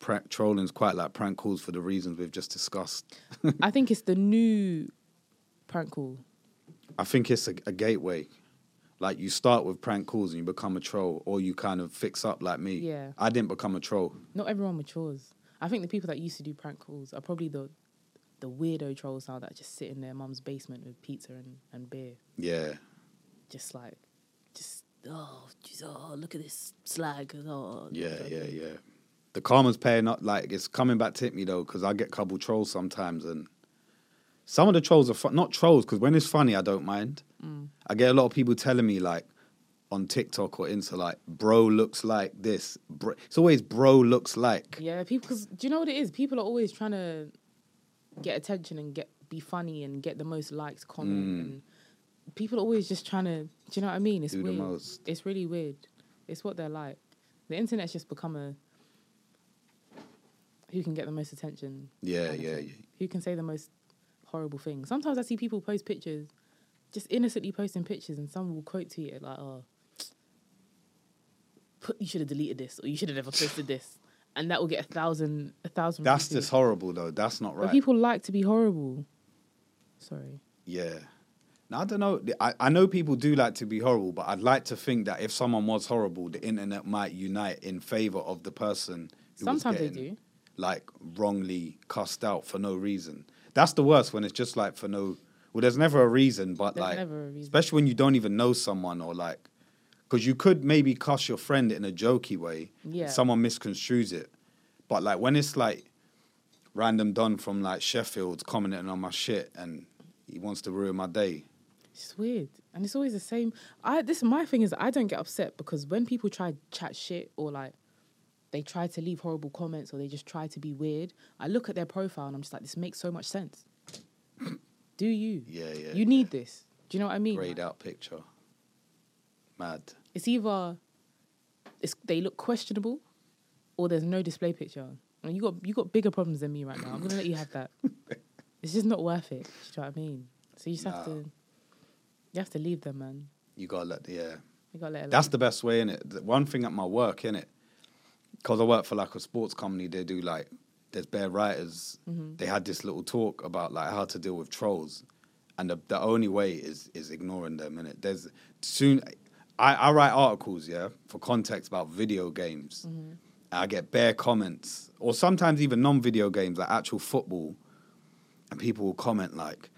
prank trolling's quite like prank calls for the reasons we've just discussed.
I think it's the new prank call.
I think it's a, a gateway. Like you start with prank calls and you become a troll, or you kind of fix up like me.
Yeah.
I didn't become a troll.
Not everyone matures. I think the people that used to do prank calls are probably the the weirdo trolls now that just sit in their mum's basement with pizza and, and beer.
Yeah.
Just like, just, oh, geez, oh, look at this slag. Oh,
Yeah.
okay.
Yeah. Yeah. The karma's paying up. Like it's coming back to hit me though, because I get couple trolls sometimes, and some of the trolls are fu- not trolls because when it's funny, I don't mind.
Mm.
I get a lot of people telling me like on TikTok or Insta, like bro looks like this. Bro, it's always bro looks like.
Yeah, people, because do you know what it is? People are always trying to get attention and get be funny and get the most likes, comment, and people are always just trying to. Do you know what I mean? It's
Mm. Do the
weird.
most.
It's really weird. It's what they're like. The internet's just become a. Who can get the most attention?
Yeah,
kind of
yeah,
thing.
yeah.
Who can say the most horrible things? Sometimes I see people post pictures, just innocently posting pictures, and someone will quote tweet it like, "Oh, put, you should have deleted this, or you should have never posted this," and that will get a thousand, a thousand.
That's
reviews.
just horrible though. That's not
But
right.
people like to be horrible. Sorry.
Yeah. Now, I don't know. I, I know people do like to be horrible, but I'd like to think that if someone was horrible, the internet might unite in favor of the person who was
Sometimes they
getting,
do.
like wrongly cussed out for no reason. That's the worst when it's just like for no. Well, there's never a reason, but
There's
like,
never a reason.
especially when you don't even know someone or like, because you could maybe cuss your friend in a jokey way.
Yeah.
Someone misconstrues it, but like when it's like random Don from like Sheffield commenting on my shit and he wants to ruin my day.
It's weird, and it's always the same. I this my thing is I don't get upset because when people try to chat shit or like they try to leave horrible comments or they just try to be weird, I look at their profile and I'm just like, this makes so much sense. Do you?
Yeah, yeah,
You need this. Do you know what I mean?
Grayed
Like,
out picture. Mad.
It's either it's they look questionable or there's no display picture. And you got you got bigger problems than me right now. I'm gonna let you have that. It's just not worth it. Do you know what I mean? So you just have to
Nah.
you have to leave them, man.
You gotta let yeah.
You gotta let it
That's the best way in it. One thing at my work in it, because I work for like a sports company, they do like there's bear writers. They had this little talk about like how to deal with trolls, and the, the only way is is ignoring them. In it, there's soon. I, I write articles, yeah, for context about video games. And I get bare comments, or sometimes even non-video games, like actual football, and people will comment like,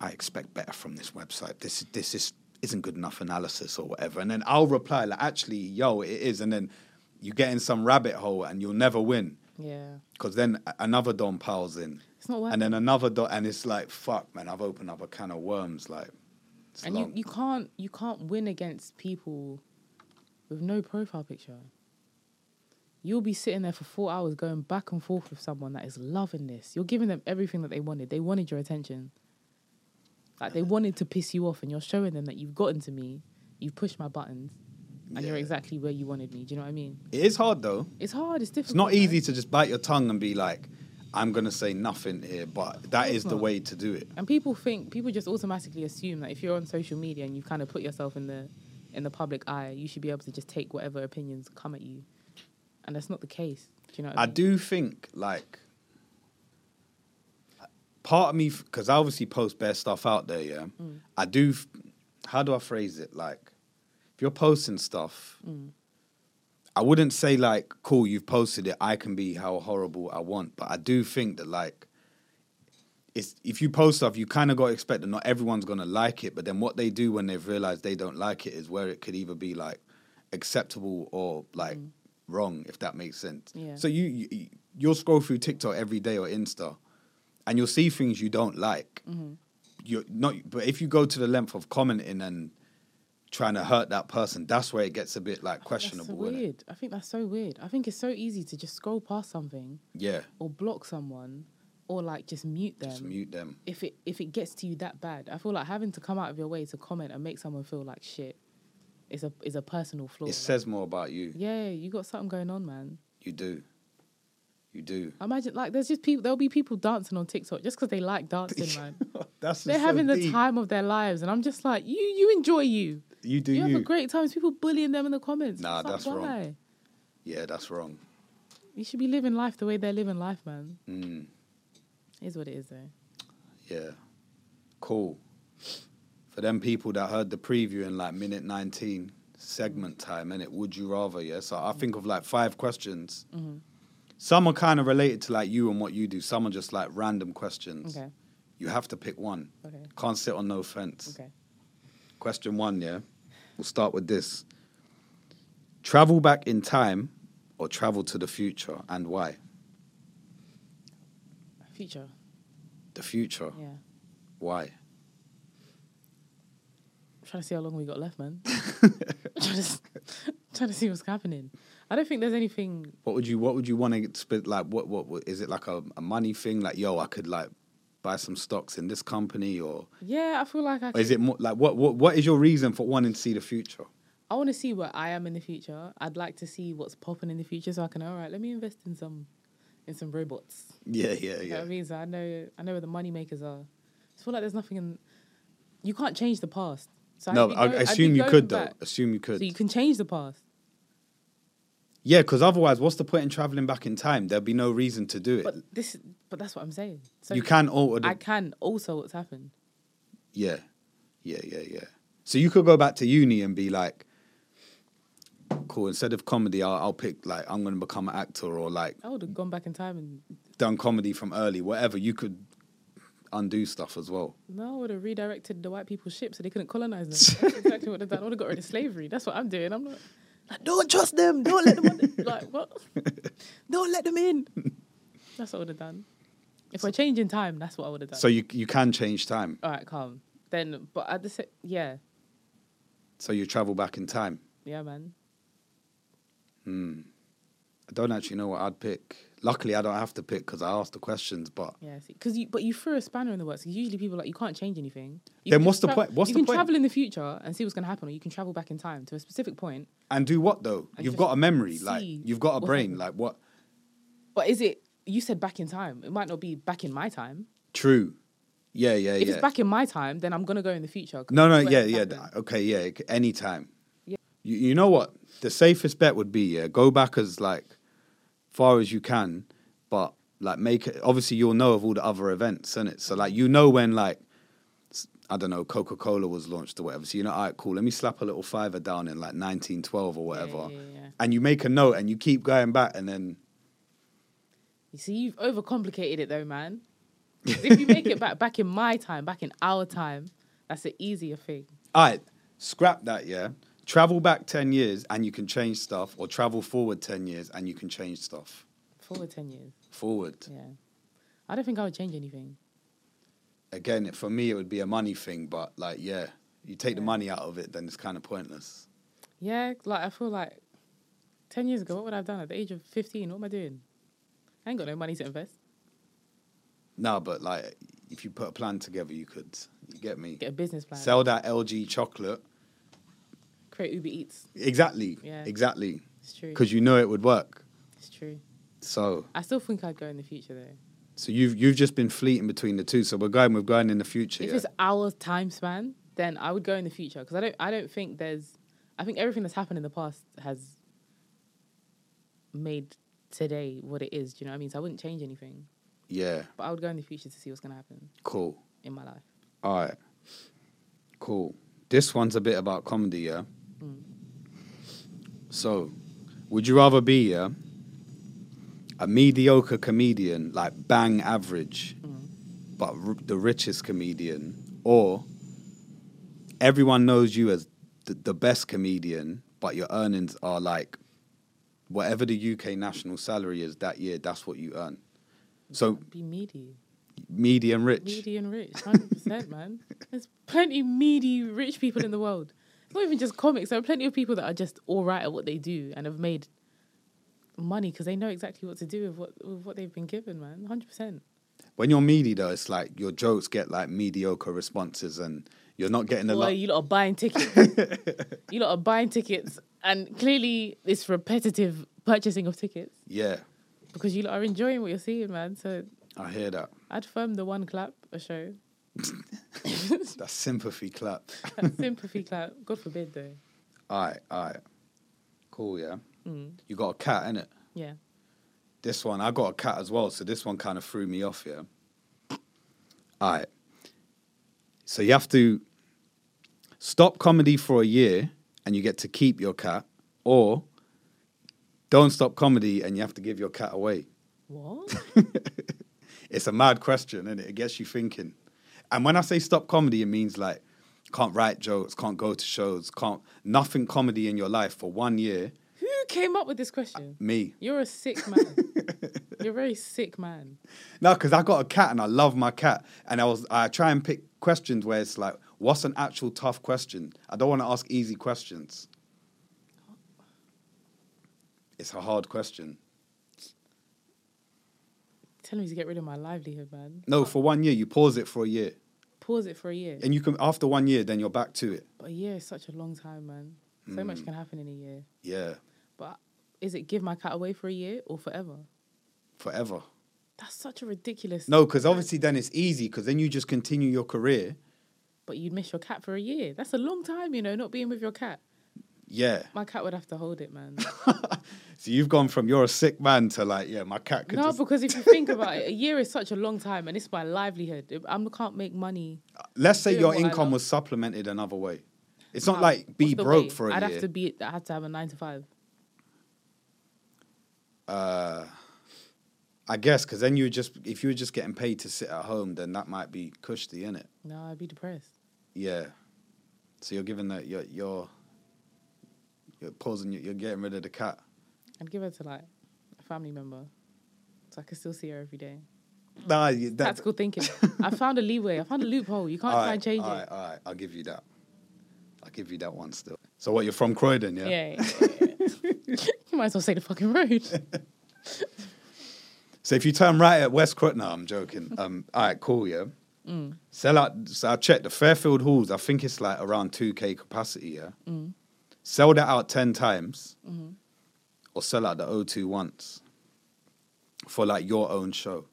"I expect better from this website. This this is isn't good enough analysis or whatever." And then I'll reply like, "Actually, yo, it is." And then you get in some rabbit hole and you'll never win
Yeah.
because then a- another don piles in,
It's not worth
and
it.
then another don, and it's like, "Fuck, man, I've opened up a can of worms." Like, it's
And you,
long.
you can't you can't win against people with no profile picture. You'll be sitting there for four hours going back and forth with someone that is loving this. You're giving them everything that they wanted. They wanted your attention. Like they wanted to piss you off and you're showing them that you've gotten to me, you've pushed my buttons, and you're
Yeah.
exactly where you wanted me. Do you know what I mean?
it is hard though.
It's hard, it's difficult.
It's not
man.
easy to just bite your tongue and be like, "I'm gonna say nothing here," but that
course
is the
not.
way to do it.
And people think people just automatically assume that if you're on social media and you've kind of put yourself in the in the public eye, you should be able to just take whatever opinions come at you. And that's not the case. Do you know what I,
I
mean?
do think like part of me because I obviously post best stuff out there. Yeah, I do. f- How do I phrase it? Like, if you're posting stuff, I wouldn't say like, "Cool, you've posted it. I can be how horrible I want." But I do think that like. It's, if you post stuff, you kind of got to expect that not everyone's going to like it. But then what they do when they've realized they don't like it is where it could either be like acceptable or like wrong, if that makes sense.
Mm. Yeah.
So you, you you'll scroll through TikTok every day or Insta, and you'll see things you don't like.
Mm-hmm.
You're not, but if you go to the length of commenting and trying to hurt that person, that's where it gets a bit like questionable.
That's so
innit?
weird. I think that's so weird. I think it's so easy to just scroll past something
Yeah,
or block someone or like just mute them.
just mute them.
If it if it gets to you that bad, I feel like having to come out of your way to comment and make someone feel like shit is a is a personal flaw.
It
Like,
says more about you.
yeah, you got something going on, man.
You do. You do.
Imagine like there's just people there'll be people dancing on TikTok just because they like dancing, man.
That's just
They're
so
having the
deep.
time of their lives, and I'm just like, you you enjoy you.
You do.
You
You
have a great time. It's people bullying them in the comments.
Nah,
It's like,
that's wrong.
why?
yeah, that's wrong.
You should be living life the way they're living life, man.
Mm,
Is what it is though.
yeah, cool. For them people that heard the preview in like minute nineteen segment
Mm.
time, and it would you rather? Yeah. So I think of like five questions.
Mm-hmm.
Some are kind of related to like you and what you do. Some are just like random questions.
Okay.
You have to pick one.
Okay.
Can't sit on no fence.
Okay.
Question one, yeah. We'll start with this. Travel back in time or travel to the future and why?
Future.
The future.
Yeah. I'm
Why?
trying to see how long we got left, man. I'm trying, to, s- trying to see what's happening. I don't think there's anything
What would you What would you want to spend? Like, what, what? What is it like a, a money thing? Like, yo, I could like buy some stocks in this company or,
Yeah, I feel like I.
or is
could-
it more like what, what what is your reason for wanting to see the future?
I want to see where I am in the future. I'd like to see what's popping in the future, so I can. All right, let me invest in some, in some robots.
Yeah, yeah,
You know what
yeah.
I mean? So I know, I know where the money makers are. I just feel like there's nothing in. You can't change the past. So I'd
No,
be
I
go- I'd be
assume you
going
could though.
back.
Assume you could.
So you can change the past.
Yeah, because otherwise, what's the point in traveling back in time? There'd be no reason to do it.
But this, but that's what I'm saying. So
you can alter. The,
I can also what's happened.
yeah, yeah, yeah, yeah. So you could go back to uni and be like, cool. Instead of comedy, I'll, I'll pick like I'm going to become an actor or like
I would have gone back in time and
done comedy from early. Whatever you could undo stuff as well.
no, I would have redirected the white people's ship so they couldn't colonize them. That's exactly what I've done. I would have got rid of slavery. That's what I'm doing. I'm not like don't trust them. Don't let them on the-" like what? Don't let them in. That's what I would have done. If we're changing time, that's what I would have done.
So you you can change time.
all right, calm. Then, but at the sa- yeah,
So you travel back in time.
yeah, man.
I don't actually know what I'd pick. Luckily, I don't have to pick because I asked the questions. But
Yeah, because you but you threw a spanner in the works. 'cause Usually people are like you can't change anything. You
Then
can
what's
just
the point- what's
you
the
can
point?
travel in the future and see what's gonna happen, or you can travel back in time to a specific point.
and do what though?
I
you've
just
got a memory, like
see
you've got a
what
brain,
happened.
like what?
But is it? You said back in time. It might not be back in my time.
True. Yeah, yeah,
If
yeah.
it's back in my time, then I'm gonna go in the future. 'cause
No, no,
that's
yeah,
where
yeah.
it's happened.
Okay, yeah. it c- Anytime.
Yeah.
You, you know what? The safest bet would be yeah, go back as like far as you can, but like make it. Obviously, you'll know of all the other events, innit? So like you know when like s- I don't know Coca Cola was launched or whatever. So you know, all right, cool. Let me slap a little fiver down in like 1912 or
Yeah,
whatever,
yeah, yeah.
and you make a note and you keep going back, and then
You see, you've overcomplicated it though, man. 'Cause if you make it back back in my time, back in our time, that's an easier thing.
all right, scrap that. Yeah, travel back ten years and you can change stuff, or travel forward ten years and you can change stuff
Forward ten years.
forward.
Yeah, I don't think I would change anything.
again, it- for me, it would be a money thing, but like, yeah, you take the
Yeah.
money out of it, then it's kind of pointless.
Yeah, like I feel like ten years ago, what would I have done at the age of fifteen? What am I doing? I ain't got no money to invest.
No, but like, if you put a plan together, you could, you get me?
Get a business plan.
Sell that LG chocolate.
create Uber Eats.
Exactly.
Yeah.
Exactly.
It's true.
Because you know it would work.
It's true.
So,
I still think I'd go in the future though.
so you've you've just been fleeting between the two. So we're going, we're going in the future.
If
yeah?
it's our time span, then I would go in the future because I don't. I don't think there's. I think everything that's happened in the past has made today what it is. Do you know what I mean? So I wouldn't change anything,
yeah.
but I would go in the future to see what's gonna happen
Cool.
in my life.
All right. Cool. This one's a bit about comedy, yeah? So, would you rather be, yeah, a mediocre comedian, like bang average, but r- the richest comedian, or everyone knows you as th- the best comedian, but your earnings are like whatever the UK national salary is that year, that's what you earn? So,
Be meaty,
medium rich.
meaty and rich, hundred percent, man. There's plenty meaty rich people in the world. It's not even just comics. There are plenty of people that are just all right at what they do and have made money because they know exactly what to do with what with what they've been given, man. Hundred percent.
When you're meaty though, it's like your jokes get like mediocre responses and you're not getting a
Boy,
lot.
you lot are buying tickets. you lot are buying tickets, and clearly it's repetitive purchasing of tickets
Yeah,
because you lot are enjoying what you're seeing, man. So
I hear that.
I'd firm the one clap a show,
That sympathy clap.
That sympathy clap. God forbid, though.
all right, all right. Cool, yeah. You got a cat, innit?
Yeah,
This one, I got a cat as well, so this one kind of threw me off, yeah. All right. So you have to stop comedy for a year and you get to keep your cat, or don't stop comedy and you have to give your cat away.
what?
It's a mad question, and it? It gets you thinking. And when I say stop comedy, it means like can't write jokes, can't go to shows, can't nothing comedy in your life for one year.
Who came up with this question?
Me.
You're a sick man. You're a very sick man.
No, because I got a cat and I love my cat. And I was I try and pick questions where it's like, what's an actual tough question? I don't want to ask easy questions. It's a hard question.
telling me to get rid of my livelihood, man.
No, for one year you pause it for a year,
Pause it for a year.
and you can after one year then you're back to it.
But a year is such a long time, man. So much can happen in a year.
Yeah,
But is it give my cat away for a year or forever?
forever.
That's such a ridiculous.
No, because obviously then it's easy because then you just continue your career.
But you'd miss your cat for a year. That's a long time, you know, not being with your cat.
Yeah.
My cat would have to hold it, man.
So you've gone from you're a sick man to like yeah, my cat could
no,
just
because if you think about it, a year is such a long time, and it's my livelihood. I can't make money.
Let's say
doing
your
what I
income
love.
was supplemented another way. It's not
How-
like be
what's the
broke
way?
for a
I'd
year.
have to be. I had to have a nine to five.
uh, I guess because then you just if you were just getting paid to sit at home, then that might be cushy, innit?
No, I'd be depressed.
Yeah. So you're giving that you're you're you're pausing. You're you're getting rid of the cat.
I'd give her to like a family member, so I could still see her every day.
Nah, you- that,
Tactical thinking. I found a leeway. I found a loophole. You can't
all
try
right,
and change
all
it.
right, all right, I'll give you that. I'll give you that one still. So what? You're from Croydon, yeah?
Yeah. yeah, yeah. you might as well say the fucking road.
So if you turn right at West Croydon, no, I'm joking. Um, all right, cool, yeah.
Mm.
Sell out. So I checked the Fairfield Halls. I think it's like around two k capacity. Yeah.
Mm.
Sell that out ten times,
Mm-hmm.
or sell out the O2 once for like your own show.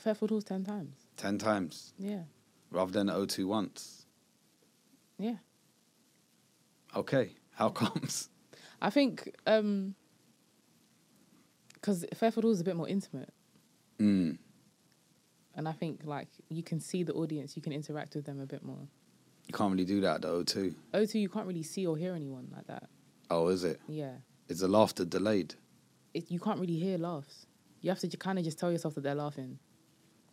Fairfield Halls ten times.
Ten times
Yeah.
rather than the O2 once.
Yeah.
Okay, how comes?
I think um because Fairfield Hall's a bit more intimate.
Mm.
And I think like you can see the audience, you can interact with them a bit more.
You can't really do that at the O2.
O2, you can't really see or hear anyone like that.
Oh, is it?
Yeah.
Is the laughter delayed?
It, you can't really hear laughs. You have to kind of just tell yourself that they're laughing.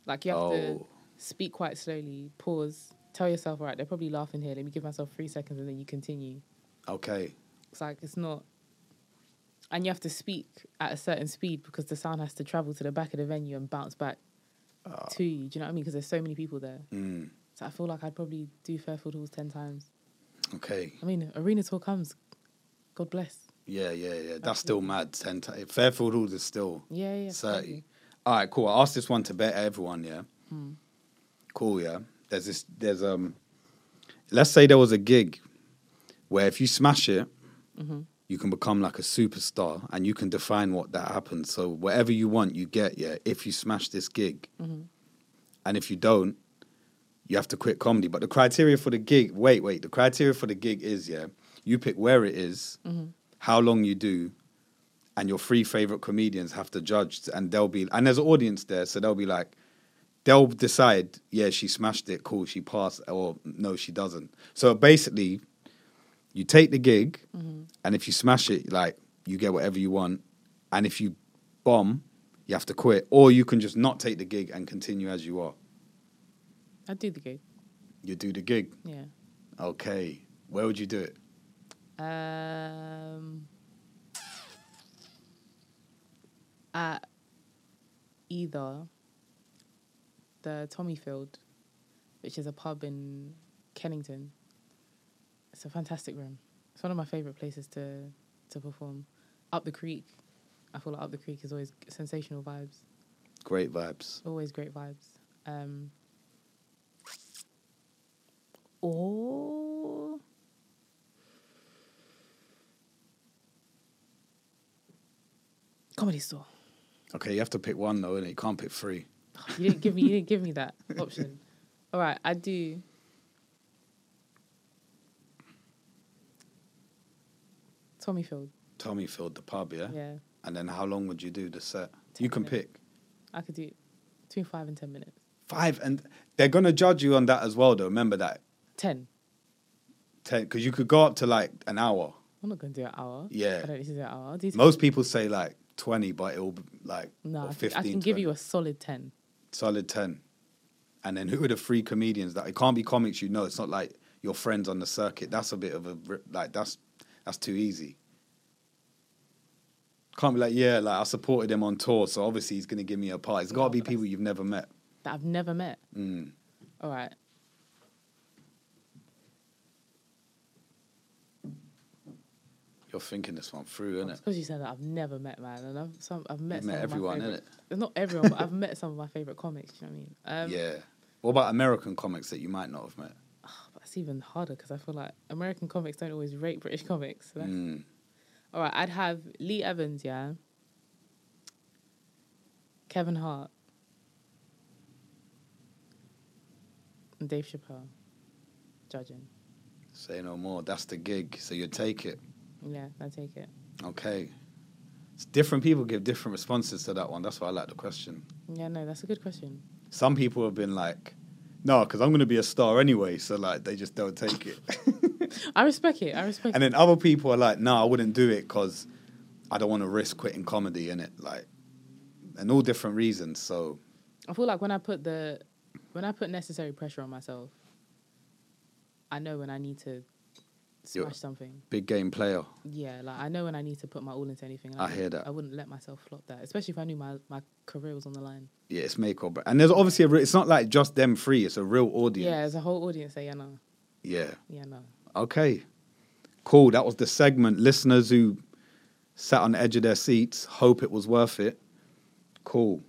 Like you have to
Oh.
speak quite slowly, pause, tell yourself, all right, they're probably laughing here. Let me give myself three seconds and then you continue.
Okay.
It's like it's not. And you have to speak at a certain speed because the sound has to travel to the back of the venue and bounce back to you. Do you know what I mean? Because there's so many people there.
Mm.
So I feel like I'd probably do Fairfield Halls ten times.
Okay.
I mean, arena tour comes. God bless.
Yeah, yeah, yeah. That's still mad. Ten ti Fairfield Halls is still
Yeah, yeah.
30. All right, cool. I asked this one to bet everyone, yeah?
Hmm.
Cool, yeah? There's this, there's, um, let's say there was a gig where if you smash it,
Mm-hmm.
you can become like a superstar and you can define what that happens. So whatever you want, you get, yeah, if you smash this gig.
Mm-hmm.
And if you don't, you have to quit comedy. But the criteria for the gig, wait, wait, the criteria for the gig is, yeah, you pick where it is,
Mm-hmm.
how long you do, and your three favorite comedians have to judge, and they'll be and there's an audience there, so they'll be like, they'll decide, yeah, she smashed it, cool, she passed, or no, she doesn't. So basically, you take the gig, and if you smash it, like you get whatever you want, and if you bomb, you have to quit, or you can just not take the gig and continue as you are.
I'd do the gig.
You do the gig,
Yeah.
okay? Where would you do it?
Um, at either the Tommyfield, which is a pub in Kennington. It's a fantastic room. It's one of my favorite places to to perform. Up the creek, I feel like up the creek is always sensational vibes.
Great vibes.
Always great vibes. Um, or comedy store.
Okay, you have to pick one though, innit? You can't pick three.
You didn't give me. You didn't give me that option. All right, I do. Tommyfield.
Tommy filled the pub, yeah?
Yeah,
And then how long would you do the set?
Ten
you can
minutes.
pick.
I could do between five and ten minutes.
Five, and they're going to judge you on that as well, though. Remember that.
Ten.
Ten, because you could go up to like an hour.
I'm not gonna do an hour.
Yeah.
I don't need to do an hour. I'll do
Most people say like 20, but it'll be like
No,
or
I,
15.
think- I can give
20.
you a solid 10.
solid 10. And then who are the three comedians that it can't be comics you know? It's not like your friends on the circuit. That's a bit of a, rip- like, that's that's too easy. Can't be like, yeah, like I supported him on tour, so obviously he's going to give me a part. It's got to be people you've never met.
that I've never met.
Mm.
All right.
You're thinking this one through, innit?
Because you said that I've never met man, and I've some I've met
You've
some
met
of my
everyone,
favorite-
innit?
It's not everyone, but I've met some of my favorite comics. Do you know what I mean? Um,
yeah. What about American comics that you might not have met?
But it's even harder because I feel like American comics don't always rate British comics. So that's,
Mm.
All right, I'd have Lee Evans, yeah. Kevin Hart. And Dave Chappelle. Judging.
Say no more. That's the gig. So you take it.
Yeah, I take it.
Okay. It's different people give different responses to that one. That's why I like the question.
Yeah, no, that's a good question.
Some people have been like, no, because I'm going to be a star anyway. So, like, they just don't take it.
I respect it. I respect
and
it.
then other people are like, no, I wouldn't do it because I don't want to risk quitting comedy, innit? Like, and all different reasons. So,
I feel like when I put the when I put necessary pressure on myself, I know when I need to smash
You're-
something.
big game player.
Yeah, like I know when I need to put my all into anything. and
I hear
wouldn't-
that.
I wouldn't let myself flop that, especially if I knew my, my career was on the line.
Yeah, it's make or break. And there's obviously, a re- it's not like just them three, it's a real
Yeah,
audience.
there's a whole audience there, yeah, no.
Yeah. yeah.
Yeah, no.
Okay. Cool. That was the segment. Listeners who sat on the edge of their seats, hope it was worth it. Cool.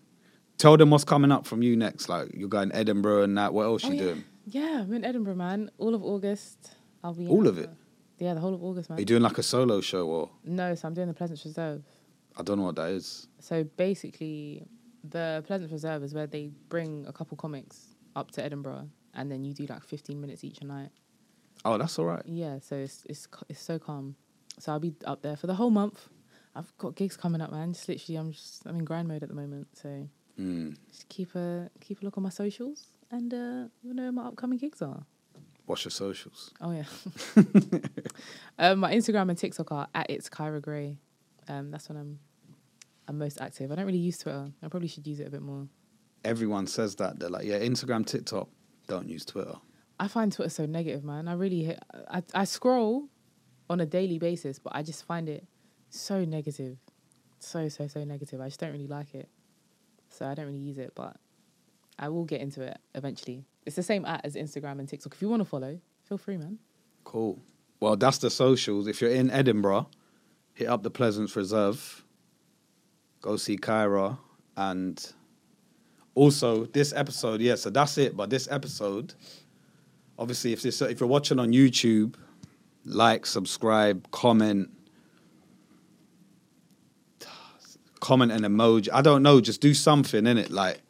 Tell them what's coming up from you next. Like you're going Edinburgh and that. What else
Oh,
you
yeah.
doing?
Yeah, I'm in Edinburgh, man. All of August. I'll be in
All of
Edinburgh. Yeah, the whole of August, man.
Are you doing like a solo show or
no, so I'm doing the Pleasant Reserve.
I don't know what that is.
So basically, the Pleasant Reserve is where they bring a couple comics up to Edinburgh, and then you do like 15 minutes each night.
Oh, that's all right.
Yeah, so it's it's c- it's so calm. So I'll be up there for the whole month. I've got gigs coming up, man. Just literally, I'm just I'm in grind mode at the moment. So
Mm.
just keep a keep a look on my socials, and uh, you know where my upcoming gigs are.
Watch your socials.
Oh yeah. um, my Instagram and TikTok are at it's Kyra Gray. Um, that's when I'm I'm most active. I don't really use Twitter. I probably should use it a bit more.
Everyone says that. They're like, yeah, Instagram, TikTok. Don't use Twitter.
I find Twitter so negative, man. I really hate, I I scroll on a daily basis, but I just find it so negative, so so so negative. I just don't really like it, so I don't really use it. But I will get into it eventually. It's the same at as Instagram and TikTok. If you want to follow, feel free, man.
Cool. Well, that's the socials. If you're in Edinburgh, hit up the Pleasance Reserve. Go see Kyra. And also, this episode, yeah, so that's it. But this episode, obviously, if, this, if you're watching on YouTube, like, subscribe, comment. Comment an emoji. I don't know. Just do something in it, like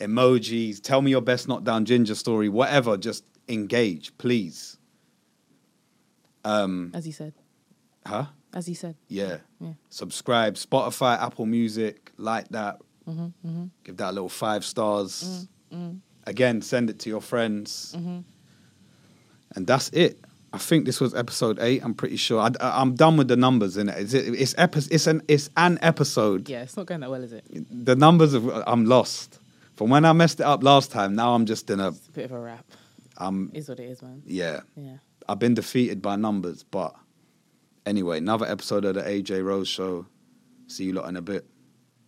emojis. Tell me your best knockdown ginger story. Whatever. Just engage, please.
As he said,
Huh?
as he said.
Yeah.
Yeah.
Subscribe, Spotify, Apple Music, like that.
Mm-hmm,
Give that a little five stars.
Mm,
Again, send it to your friends.
Mm-hmm.
And that's it. I think this was episode eight. I'm pretty sure. I, am done with the numbers in it. It's, it's, epi- it's, an, it's an episode.
Yeah, it's not going that well, is it? It's
The numbers, of, I'm lost. From when I messed it up last time, now I'm just in a.
a bit of a wrap.
I'm,
Is what it is, man.
yeah.
Yeah.
I've been defeated by numbers, but anyway, another episode of the AJ Rose Show. See you lot in a bit.